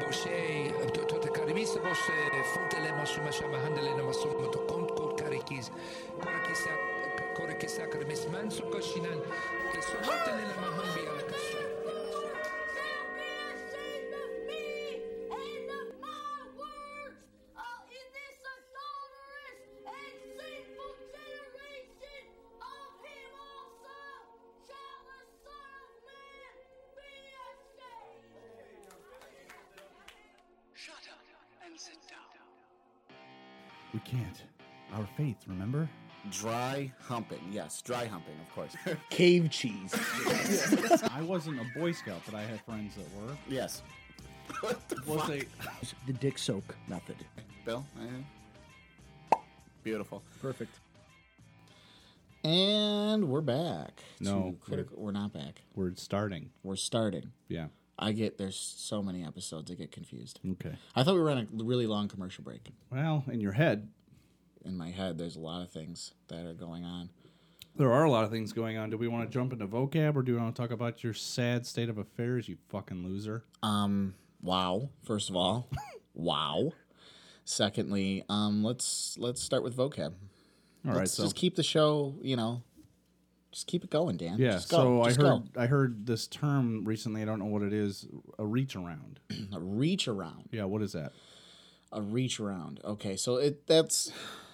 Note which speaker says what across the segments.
Speaker 1: باشه تو تو تکریمیست باشه فوتل ما شما شما هندل نماسون تو کنت کور کاریکیز کورکیس کورکیس اکرمیس من سو کشینن که سو فوتل ما هم بیاره کشن
Speaker 2: Shut up and sit down.
Speaker 3: We can't. Our faith, remember?
Speaker 4: Dry humping. Yes, dry humping, of course.
Speaker 5: Cave cheese.
Speaker 3: I wasn't a Boy Scout, but I had friends that were.
Speaker 4: yes.
Speaker 3: We'll say,
Speaker 5: the dick soak method.
Speaker 4: Bill? eh? Beautiful.
Speaker 5: Perfect.
Speaker 4: And we're back.
Speaker 3: No,
Speaker 4: to critical. We're not back.
Speaker 3: we're starting.
Speaker 4: We're starting.
Speaker 3: Yeah.
Speaker 4: I get there's so many episodes. I get confused.
Speaker 3: Okay.
Speaker 4: I thought we were on a really long commercial break.
Speaker 3: Well, in your head,
Speaker 4: In my head, there's a lot of things that are going on.
Speaker 3: there are a lot of things going on. Do we want to jump into vocab or do we want to talk about your sad state of affairs, you fucking loser?
Speaker 4: Um, Wow. First of all, wow. Secondly, um, let's let's start with vocab.
Speaker 3: All right,
Speaker 4: let's
Speaker 3: so
Speaker 4: just keep the show. You know, just keep it going, Dan.
Speaker 3: yeah,
Speaker 4: Just go,
Speaker 3: so I
Speaker 4: just
Speaker 3: heard I heard this term recently. I don't know what it is. A reach around.
Speaker 4: go. a reach around.
Speaker 3: Yeah, what is that?
Speaker 4: A reach around. Okay, so it that's.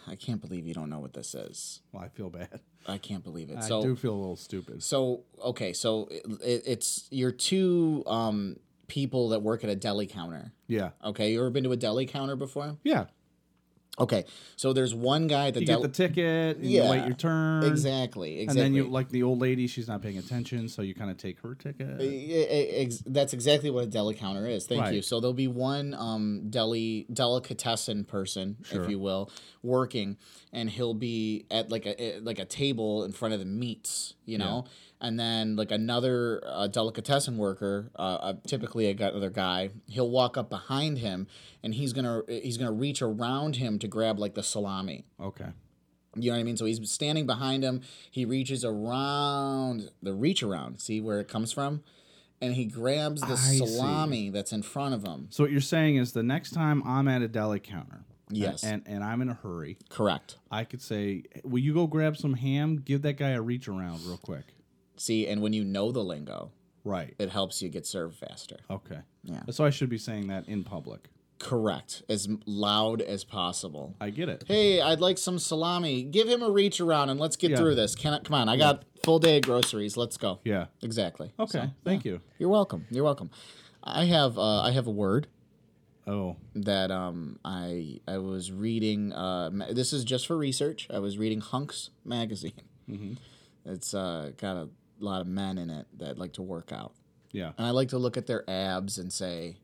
Speaker 4: I can't believe you don't know what this is.
Speaker 3: Well, I feel bad.
Speaker 4: I can't believe it.
Speaker 3: I
Speaker 4: so
Speaker 3: do feel a little stupid.
Speaker 4: So okay, so it, it, it's you're two um, people that work at a deli counter.
Speaker 3: yeah,
Speaker 4: Okay, you ever been to a deli counter before?
Speaker 3: yeah.
Speaker 4: Okay, so there's one guy at the
Speaker 3: You
Speaker 4: deli.
Speaker 3: get the ticket. And
Speaker 4: Yeah,
Speaker 3: you wait your turn.
Speaker 4: exactly, exactly.
Speaker 3: Mm. And then you like the old lady. She's not paying attention, so you kind of take her ticket.
Speaker 4: E- e- ex- that's exactly what a deli counter is. Thank
Speaker 3: Right.
Speaker 4: you. So there'll be one um, deli delicatessen person, if you will, working, and he'll be at like a eh, like a table in front of the meats, you know, and then like another uh, delicatessen worker, uh, uh, typically a gu- other guy, he'll walk up behind him, and he's gonna eh, he's gonna reach around him to grab like the salami.
Speaker 3: Okay.
Speaker 4: You know what I mean? So he's standing behind him. He reaches around the reach around. See where it comes from? And he grabs the
Speaker 3: see.
Speaker 4: salami that's in front of him.
Speaker 3: So what you're saying is the next time I'm at a deli counter,
Speaker 4: Yes.
Speaker 3: and and I'm in a hurry,
Speaker 4: Correct.
Speaker 3: I could say, "Will you go grab some ham? Give that guy a reach around real quick."
Speaker 4: See, and when you know the lingo,
Speaker 3: Right.
Speaker 4: it helps you get served faster.
Speaker 3: Okay.
Speaker 4: Yeah.
Speaker 3: So I should be saying that in public.
Speaker 4: Correct. As m- loud as possible.
Speaker 3: I get it.
Speaker 4: Hey, I'd like some salami. Give him a reach around and let's get
Speaker 3: Yeah.
Speaker 4: through this. Can I, come on, I got full day of groceries. Let's go.
Speaker 3: Yeah.
Speaker 4: Exactly.
Speaker 3: Okay.
Speaker 4: So,
Speaker 3: Thank you.
Speaker 4: you're welcome. You're welcome. I have uh, I have a word.
Speaker 3: Oh.
Speaker 4: that um I I was reading uh ma- this is just for research. I was reading Hunks magazine.
Speaker 3: Mm-hmm.
Speaker 4: It's uh got a lot of men in it that like to work out,
Speaker 3: Yeah.
Speaker 4: and I like to look at their abs and say,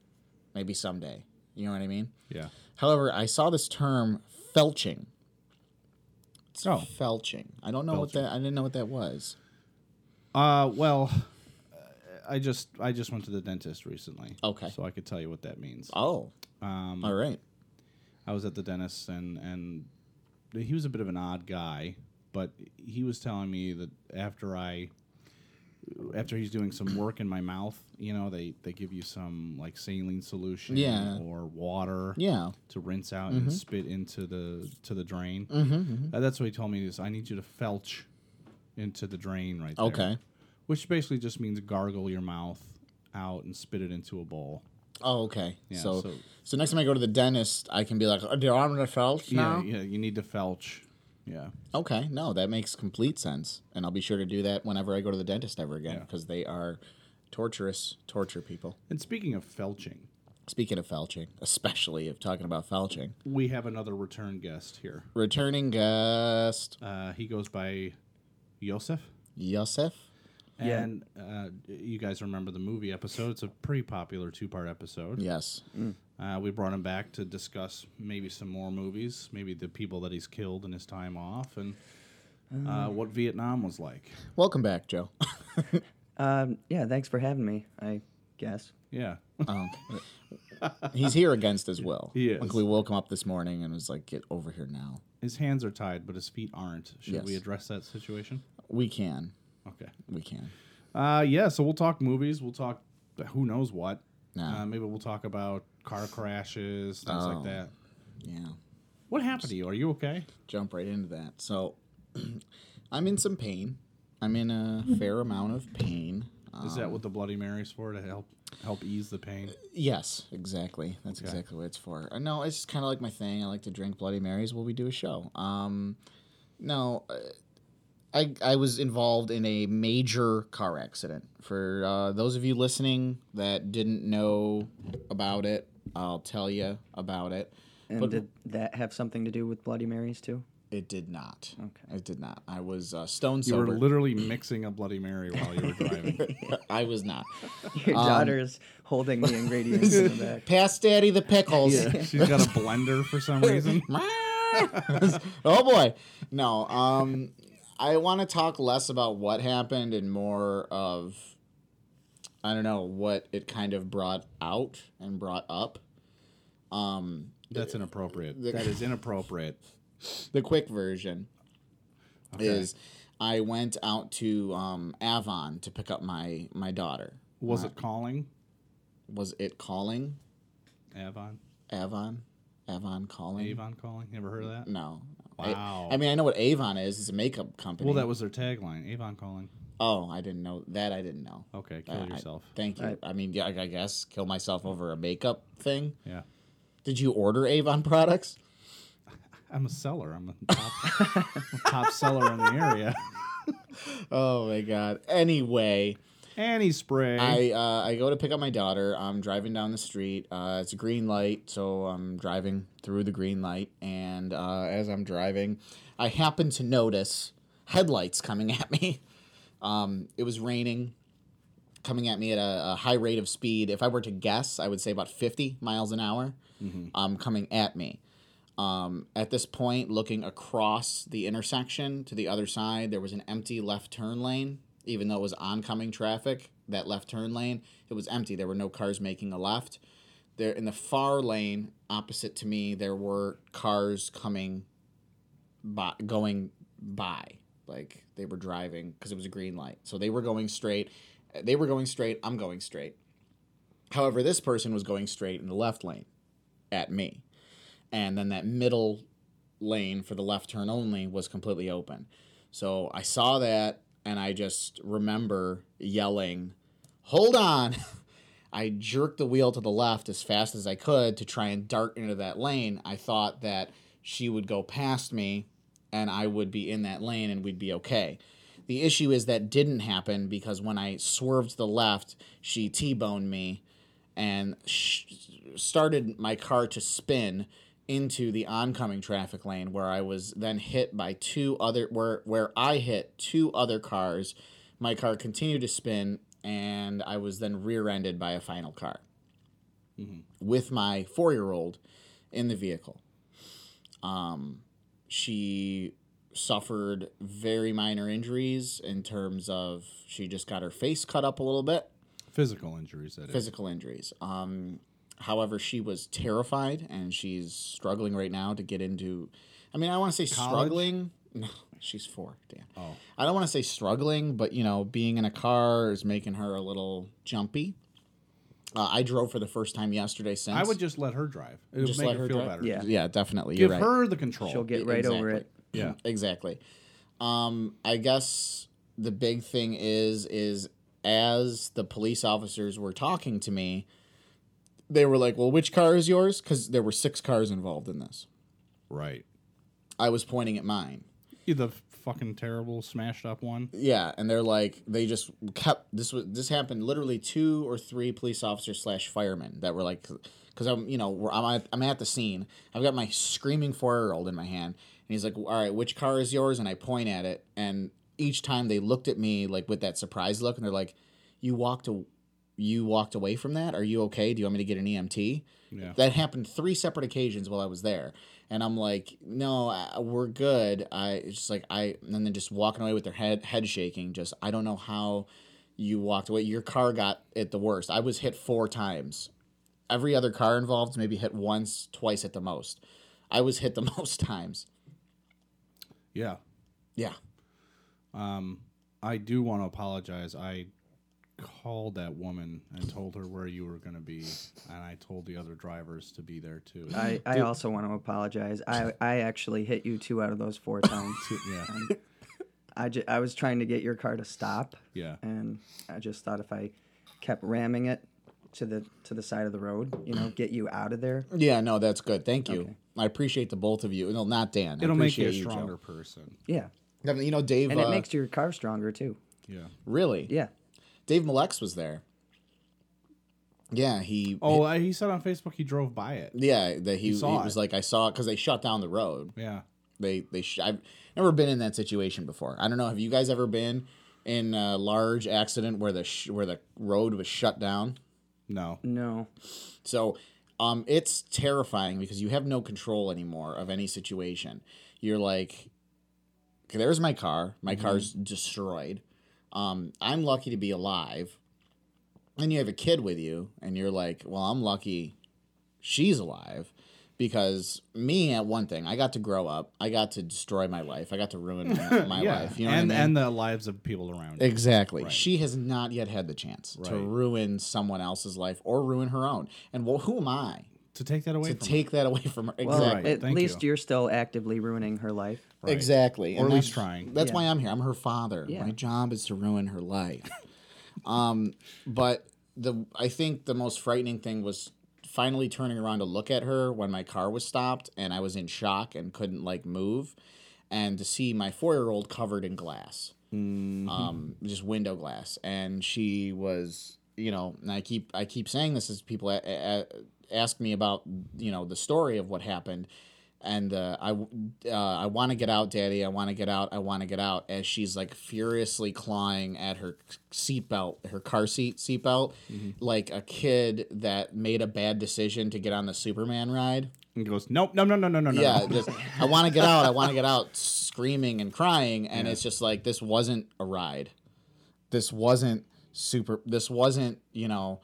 Speaker 4: maybe someday. You know what I mean?
Speaker 3: Yeah.
Speaker 4: However, I saw this term felching. It's
Speaker 3: Oh.
Speaker 4: felching. I don't know what
Speaker 3: Felching.
Speaker 4: that. I didn't know what that was.
Speaker 3: Uh. Well. I just I just went to the dentist recently.
Speaker 4: Okay.
Speaker 3: So I could tell you what that means.
Speaker 4: Oh, all right.
Speaker 3: I was at the dentist and and he was a bit of an odd guy, but he was telling me that after I after he's doing some work in my mouth, you know, they they give you some like saline solution
Speaker 4: Yeah.
Speaker 3: or water
Speaker 4: Yeah. Mm-hmm.
Speaker 3: to rinse out and spit into the to the drain. Mm-hmm, That's what he told me is I need you to felch into the drain right there.
Speaker 4: Okay.
Speaker 3: Which basically just means gargle your mouth out and spit it into a bowl.
Speaker 4: Oh, okay.
Speaker 3: Yeah,
Speaker 4: so, so,
Speaker 3: so-
Speaker 4: next time I go to the dentist, I can be like, "Oh, "Do I'm gonna felch now?"
Speaker 3: Yeah, yeah, you need to felch. Yeah.
Speaker 4: Okay, no, that makes complete sense, and I'll be sure to do that whenever I go to the dentist ever again
Speaker 3: Yeah.
Speaker 4: because they are torturous, torture people.
Speaker 3: And speaking of felching,
Speaker 4: Speaking of felching, especially if talking about felching,
Speaker 3: we have another return guest here.
Speaker 4: returning guest
Speaker 3: Uh, he goes by Yosef.
Speaker 4: Yosef.
Speaker 5: Yeah.
Speaker 3: And uh, you guys remember the movie episode. It's a pretty popular two part episode.
Speaker 4: Yes,
Speaker 3: Uh, we brought him back to discuss maybe some more movies, maybe the people that he's killed in his time off, and uh,
Speaker 4: Um.
Speaker 3: what Vietnam was like.
Speaker 4: welcome back, Joe.
Speaker 5: Um, Yeah, thanks for having me, I guess.
Speaker 3: Yeah.
Speaker 4: Um, He's here against his will.
Speaker 3: He is.
Speaker 4: Like we woke him up this morning and was like, "Get over here now."
Speaker 3: his hands are tied, but his feet aren't. Should
Speaker 4: Yes.
Speaker 3: we address that situation?
Speaker 4: We can,
Speaker 3: Okay.
Speaker 4: we can.
Speaker 3: Uh, yeah, so we'll talk movies. We'll talk who knows what.
Speaker 4: No.
Speaker 3: Uh, maybe we'll talk about car crashes, things like
Speaker 4: Oh.
Speaker 3: that.
Speaker 4: Yeah.
Speaker 3: What happened to you? Are you okay?
Speaker 4: Jump right into that. So I'm in some pain. I'm in a fair amount of pain. Uh,
Speaker 3: Is that what the Bloody Mary's for to help help ease the pain?
Speaker 4: yes, exactly. That's exactly what it's for. Uh, No, it's just kind of like my thing. I like to drink Bloody Marys while we do a show. Um, no, uh, I I was involved in a major car accident. For uh, those of you listening that didn't know about it, I'll tell you about it.
Speaker 5: And
Speaker 4: But-
Speaker 5: did that have something to do with Bloody Marys too?
Speaker 4: It did not. Okay. It did not. I was uh, stone
Speaker 3: You were
Speaker 4: sober.
Speaker 3: literally mixing a Bloody Mary while you were driving.
Speaker 4: I was not.
Speaker 5: Your daughter's holding the ingredients in the back.
Speaker 4: Pass Daddy the pickles.
Speaker 3: She's got a blender for some reason.
Speaker 4: oh boy. No. Um, I want to talk less about what happened and more of, I don't know, what it kind of brought out and brought up. Um,
Speaker 3: That's inappropriate. That is inappropriate.
Speaker 4: The quick version is, I went out to um, Avon to pick up my my daughter.
Speaker 3: Was it calling
Speaker 4: Was it calling
Speaker 3: Avon?
Speaker 4: Avon? Avon calling.
Speaker 3: Avon calling? You ever heard of that?
Speaker 4: No. I-
Speaker 3: Wow.
Speaker 4: I, mean, I know what Avon is. It's a makeup company.
Speaker 3: Well, that was their tagline. Avon calling.
Speaker 4: Oh, I didn't know that. I didn't know.
Speaker 3: Okay, kill
Speaker 4: Uh, I-
Speaker 3: yourself.
Speaker 4: thank you. I, mean, yeah, I I guess kill myself over a makeup thing.
Speaker 3: yeah,
Speaker 4: Did you order Avon products?
Speaker 3: I'm a seller. I'm a top, I'm a top seller in the area.
Speaker 4: Oh my god. Anyway,
Speaker 3: Annie spray.
Speaker 4: I uh, I go to pick up my daughter. I'm driving down the street. Uh, it's a green light, so I'm driving through the green light. And uh, as I'm driving, I happen to notice headlights coming at me. Um, it was raining, coming at me at a, a high rate of speed. If I were to guess, I would say about 50 miles an hour um, coming at me. Um, at this point, looking across the intersection to the other side, there was an empty left turn lane. Even though it was oncoming traffic, that left turn lane, it was empty. There were no cars making a left. There in the far lane opposite to me, there were cars coming by, going by. Like they were driving because it was a green light. So they were going straight. They were going straight. I'm going straight. However, this person was going straight in the left lane at me and then that middle lane for the left turn only was completely open. So I saw that and I just remember yelling, "Hold on." I jerked the wheel to the left as fast as I could to try and dart into that lane. I thought that she would go past me and I would be in that lane and we'd be okay. The issue is that didn't happen because when I swerved to the left, she T-boned me and sh- started my car to spin into the oncoming traffic lane where I was then hit by two other where where I hit two other cars. My car continued to spin and I was then rear-ended by a final car with my 4-year-old in the vehicle. Um she suffered very minor injuries in terms of she just got her face cut up a little bit
Speaker 3: Physical injuries. That is.
Speaker 4: physical injuries. Um, however, she was terrified and she's struggling right now to get into. I mean, I want to say struggling. No, she's four. Dan. Oh. I don't want to say struggling, but you know, being in a car is making her a little jumpy. Uh, I drove for the first time yesterday since.
Speaker 3: I would just let her drive. It would
Speaker 4: Just
Speaker 3: make
Speaker 4: let
Speaker 3: her
Speaker 4: her
Speaker 3: feel
Speaker 4: drive?
Speaker 3: better.
Speaker 5: Yeah.
Speaker 4: yeah, definitely.
Speaker 3: Give
Speaker 4: you're right.
Speaker 3: her the control.
Speaker 5: She'll get right over
Speaker 4: Exactly.
Speaker 5: it.
Speaker 3: yeah.
Speaker 4: Exactly. Um, I guess the big thing is is as the police officers were talking to me, they were like, "Well, which car is yours?" Because there were six cars involved in this.
Speaker 3: Right.
Speaker 4: I was pointing at mine.
Speaker 3: You The fucking terrible smashed up one.
Speaker 4: Yeah, and they're like, they just kept this was this happened literally two or three police officers slash firemen that were like, because I'm you know we're, I'm at, I'm at the scene. I've got my screaming four year old in my hand, and he's like, all right, which car is yours? And I point at it, and each time they looked at me like with that surprised look, and they're like, you walked a, you walked away from that. Are you okay? Do you want me to get an EMT?
Speaker 3: Yeah.
Speaker 4: That happened three separate occasions while I was there, and I'm like, no, I, we're good. I it's just like I, and then just walking away with their head head shaking. Just I don't know how you walked away. Your car got it the worst. I was hit four times. Every other car involved maybe hit once, twice at the most. I was hit the most times.
Speaker 3: Yeah.
Speaker 4: Yeah.
Speaker 3: I do want to apologize. I called that woman and told her where you were going to be, and I told the other drivers to be there too.
Speaker 5: I, I also want to apologize. I, I actually hit you two out of those four times. Um,
Speaker 3: yeah,
Speaker 5: I, ju- I was trying to get your car to stop.
Speaker 3: Yeah.
Speaker 5: And I just thought if I kept ramming it to the to the side of the road, you know, get you out of there.
Speaker 4: Yeah, no, that's good. Thank you. I appreciate the both of you. No, not Dan. I
Speaker 3: it'll make you
Speaker 4: appreciate
Speaker 3: a
Speaker 4: Joe.
Speaker 3: stronger person.
Speaker 5: Yeah.
Speaker 4: I mean, You know, Dave.
Speaker 5: And
Speaker 4: uh,
Speaker 5: it makes your car stronger too.
Speaker 3: Yeah.
Speaker 4: really.
Speaker 5: Yeah.
Speaker 4: Dave Malex was there. Yeah, he.
Speaker 3: Oh, I, he said on Facebook he drove by it.
Speaker 4: Yeah, that he,
Speaker 3: saw
Speaker 4: he was
Speaker 3: it.
Speaker 4: like, I saw it because they shut down the road.
Speaker 3: Yeah.
Speaker 4: They they sh- I've never been in that situation before. I don't know. Have you guys ever been in a large accident where the sh- where the road was shut down?
Speaker 3: No.
Speaker 5: No.
Speaker 4: So um, it's terrifying because you have no control anymore of any situation. You're like, "Okay, there's my car. My
Speaker 3: Mm-hmm.
Speaker 4: car's destroyed. Um, I'm lucky to be alive. And you have a kid with you, and you're like, well, I'm lucky she's alive because me at one thing, I got to grow up. I got to destroy my life. I got to ruin my, my
Speaker 3: yeah.
Speaker 4: life. You know
Speaker 3: and
Speaker 4: what I mean?
Speaker 3: and the lives of people around. you.
Speaker 4: Exactly. She has not yet had the chance to
Speaker 3: Right.
Speaker 4: ruin someone else's life or ruin her own. And well, who am I
Speaker 3: to take that away
Speaker 4: to
Speaker 3: from
Speaker 4: take that away from her?
Speaker 5: Well,
Speaker 4: Exactly.
Speaker 5: at
Speaker 3: Thank
Speaker 5: least
Speaker 3: you.
Speaker 5: you. are still actively ruining her life.
Speaker 3: Right.
Speaker 4: Exactly.
Speaker 3: Or at least
Speaker 4: that's-
Speaker 3: trying.
Speaker 4: That's why I'm here. I'm her father. My job is to ruin her life. um, but the I think the most frightening thing was finally turning around to look at her when my car was stopped and I was in shock and couldn't like move, and to see my four year old covered in glass, um, just window glass, and she was you know and I keep I keep saying this as people a- a- a- ask me about you know the story of what happened and uh, I w- uh, I want to get out, Daddy. I want to get out. I want to get out. As she's like furiously clawing at her seatbelt, her car seat seatbelt, like a kid that made a bad decision to get on the Superman ride.
Speaker 3: and goes, Nope, no, no, no, no, no, no.
Speaker 4: Yeah, just I want to get out. I want to get out, screaming and crying, and it's just like this wasn't a ride. This wasn't super. This wasn't you know,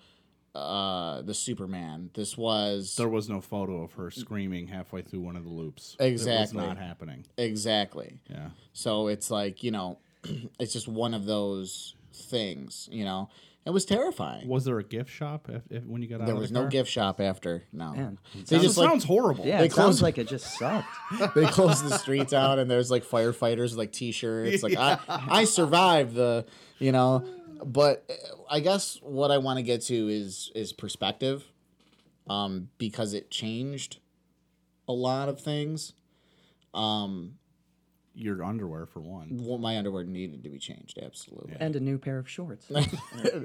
Speaker 4: uh, the Superman. This was
Speaker 3: There was no photo of her screaming halfway through one of the loops. It was
Speaker 4: Exactly.
Speaker 3: not happening.
Speaker 4: exactly.
Speaker 3: Yeah.
Speaker 4: So it's like, you know, it's just one of those things, you know. It was terrifying.
Speaker 3: Was there a gift shop if, if, when you got out?
Speaker 4: there
Speaker 3: of
Speaker 4: was
Speaker 3: the
Speaker 4: no
Speaker 3: car?
Speaker 4: gift shop after. No.
Speaker 5: Man.
Speaker 4: They
Speaker 3: It
Speaker 4: just like
Speaker 3: sounds horrible.
Speaker 5: Yeah,
Speaker 4: They
Speaker 5: it sounds
Speaker 4: closed-
Speaker 5: like it just sucked.
Speaker 4: they closed the streets out and there's like firefighters with like t-shirts like I I survived the, you know, but uh, I guess what I want to get to is is perspective um because it changed a lot of things. Um
Speaker 3: Your underwear for one.
Speaker 4: well, my underwear needed to be changed absolutely.
Speaker 5: and a new pair of shorts.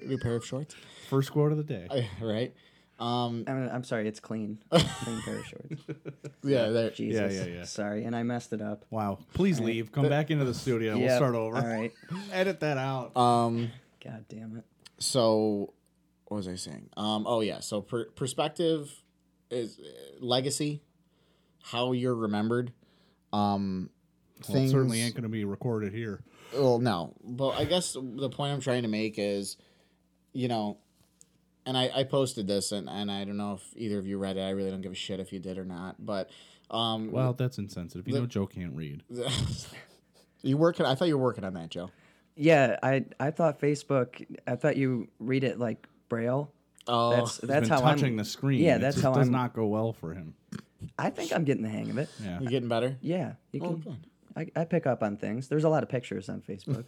Speaker 4: New pair of shorts,
Speaker 3: First quote of the day.
Speaker 4: right? Um
Speaker 5: I mean, I'm sorry, it's clean. Clean pair of shorts.
Speaker 4: yeah, there,
Speaker 5: Jesus.
Speaker 3: yeah, yeah.
Speaker 5: Sorry, and I messed it up.
Speaker 3: wow. Please leave. Come back into the studio. We'll
Speaker 5: Yep,
Speaker 3: start over.
Speaker 5: All right.
Speaker 3: Edit that out.
Speaker 4: Um,
Speaker 5: God damn it.
Speaker 4: so what was I saying? Um, oh yeah, so per- perspective is uh, legacy, how you're remembered. Um,
Speaker 3: well, it
Speaker 4: things-
Speaker 3: certainly ain't going to be recorded here.
Speaker 4: well, no, but I guess the point I'm trying to make is, you know, and I, I posted this, and, and I don't know if either of you read it. I really don't give a shit if you did or not, but um,
Speaker 3: Well, that's insensitive. You know, Joe can't read.
Speaker 4: you working. I thought you were working on that, Joe.
Speaker 5: Yeah, I I thought Facebook. I thought you read it like Braille.
Speaker 4: Oh,
Speaker 5: That's
Speaker 3: He's
Speaker 5: that's
Speaker 3: been
Speaker 5: how
Speaker 3: touching
Speaker 5: I'm.
Speaker 3: the screen.
Speaker 5: Yeah,
Speaker 3: It
Speaker 5: that's
Speaker 3: just
Speaker 5: how
Speaker 3: does
Speaker 5: I'm-
Speaker 3: not go well for him.
Speaker 5: I think I'm getting the hang of it.
Speaker 3: Yeah. Oh,
Speaker 4: you getting better.
Speaker 5: Yeah, you can. I, I pick up on things. There's a lot of pictures on Facebook.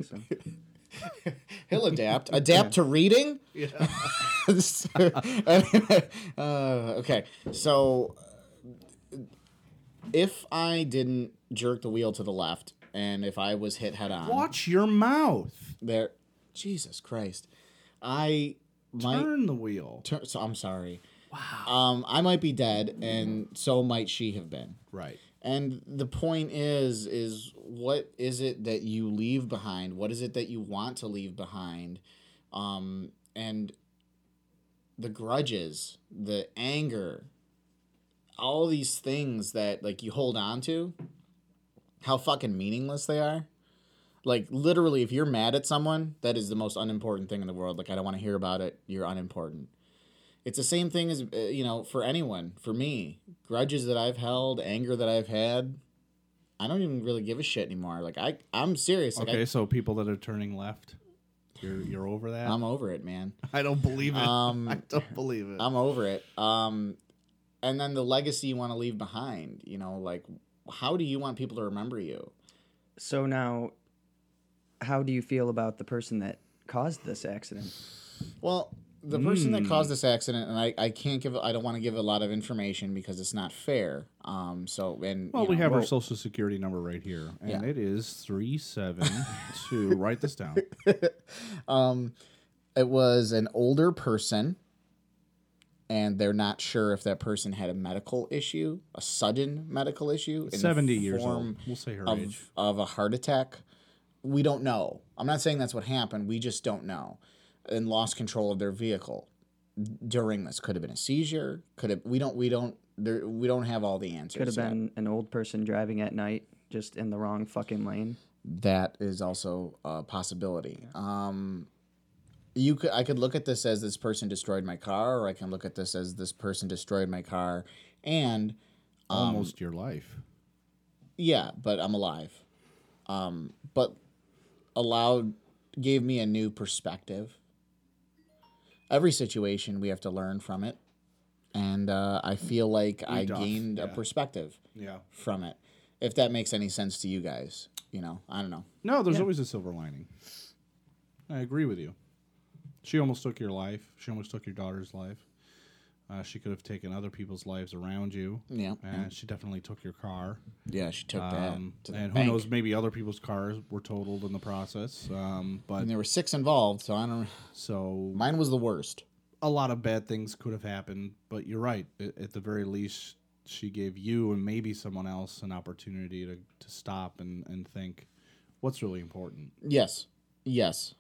Speaker 5: So.
Speaker 4: He'll adapt. Adapt to reading. Yeah. uh, okay, so uh, if I didn't jerk the wheel to the left, and if I was hit head on,
Speaker 3: Watch your mouth.
Speaker 4: there, Jesus Christ, I might.
Speaker 3: Turn the wheel.
Speaker 4: Turn, so I'm sorry. Wow. Um, I might be dead, and so might she have been.
Speaker 3: Right.
Speaker 4: And the point is, is what is it that you leave behind? What is it that you want to leave behind? Um, and the grudges, the anger, all these things that like you hold on to, how fucking meaningless they are. Like literally, if you're mad at someone, that is the most unimportant thing in the world. Like I don't want to hear about it. You're unimportant it's the same thing as uh, you know for anyone for me grudges that i've held anger that i've had i don't even really give a shit anymore like i i'm serious like
Speaker 3: Okay,
Speaker 4: I,
Speaker 3: so people that are turning left. You're you're over that.
Speaker 4: I'm over it, man.
Speaker 3: I do not believe it.
Speaker 4: Um,
Speaker 3: I don't believe it.
Speaker 4: I'm over it. Um, and then the legacy you want to leave behind. You know, like how do you want people to remember you?
Speaker 5: So now, how do you feel about the person that caused this accident?
Speaker 4: Well, the person
Speaker 3: Hmm.
Speaker 4: that caused this accident, and I, I can't give, I don't want to give a lot of information because it's not fair. Um, so and
Speaker 3: well,
Speaker 4: you
Speaker 3: we
Speaker 4: know,
Speaker 3: have our
Speaker 5: well-
Speaker 3: social security number right here, and
Speaker 4: Yeah.
Speaker 3: it is three seven two. Write this down.
Speaker 4: um, it was an older person, and they're not sure if that person had a medical issue, a sudden medical issue, in the
Speaker 3: Seventy years old.
Speaker 4: form
Speaker 3: We'll say her age.
Speaker 4: of, of a heart attack. We don't know. I'm not saying that's what happened. We just don't know. And lost control of their vehicle during this. Could have been a seizure. Could have. We don't. We don't. There, we don't have all the answers.
Speaker 5: Could have
Speaker 4: yet.
Speaker 5: been an old person driving at night, just in the wrong fucking lane.
Speaker 4: that is also a possibility. Um, you could I could look at this as this person destroyed my car, or I can look at this as this person destroyed my car, and um,
Speaker 3: Almost your life.
Speaker 4: yeah, but I'm alive. Um, but allowed gave me a new perspective. Every situation we have to learn from it, and uh, I feel like I
Speaker 3: doff,
Speaker 4: gained a
Speaker 3: yeah.
Speaker 4: perspective
Speaker 3: Yeah.
Speaker 4: from it. If that makes any sense to you guys, you know, I don't know.
Speaker 3: No, there's always a silver lining. I agree with you. She almost took your life. She almost took your daughter's life. Uh, she could have taken other people's lives around you.
Speaker 4: Yeah,
Speaker 3: And she definitely took your car.
Speaker 4: Yeah, she took
Speaker 3: Um,
Speaker 4: that to the
Speaker 3: and who
Speaker 4: bank.
Speaker 3: knows, maybe other people's cars were totaled in the process. Um, but
Speaker 4: and there were six involved, so I don't.
Speaker 3: so
Speaker 4: Mine was the worst.
Speaker 3: a lot of bad things could have happened. But you're right. At, at the very least, she gave you and maybe someone else an opportunity to, to stop and, and think what's really important.
Speaker 4: Yes, yes,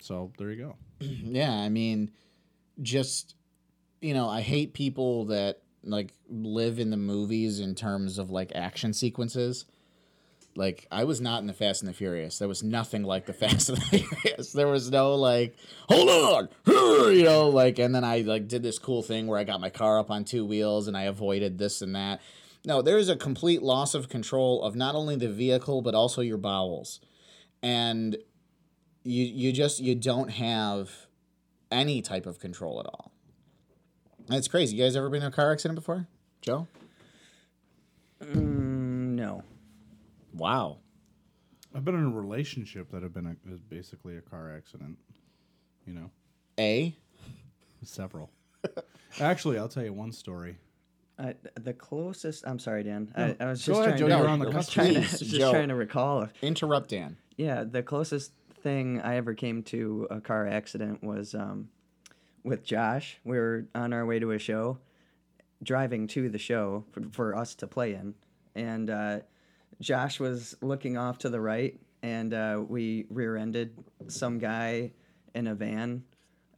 Speaker 3: So there you go.
Speaker 4: Mm-hmm. yeah. I mean, just you know, I hate people that like live in the movies in terms of like action sequences. Like I was not in the Fast and the Furious. There was nothing like the Fast and the Furious. There was no like, hold on, you know, like. And then I like did this cool thing where I got my car up on two wheels and I avoided this and that. No, there is a complete loss of control of not only the vehicle but also your bowels, and you you just you don't have any type of control at all. That's crazy. You guys ever been in a car accident before, Joe?
Speaker 3: Mm,
Speaker 5: No,
Speaker 4: Wow.
Speaker 3: I've been in a relationship that have been a, is basically a car accident. You know,
Speaker 4: A.
Speaker 3: several. Actually, I'll tell you one story.
Speaker 5: I, the closest. I'm sorry, Dan. I, I was just
Speaker 3: Go ahead,
Speaker 5: trying
Speaker 3: Joe,
Speaker 5: to.
Speaker 3: you're on the
Speaker 5: I was
Speaker 3: cusp.
Speaker 5: trying to,
Speaker 4: Please,
Speaker 5: just
Speaker 4: Joe.
Speaker 5: trying to recall. if-
Speaker 4: Interrupt Dan.
Speaker 5: Yeah, the closest thing I ever came to a car accident was um, with Josh. We were on our way to a show, driving to the show for, for us to play in, and uh, Josh was looking off to the right, and uh, we rear-ended some guy in a van,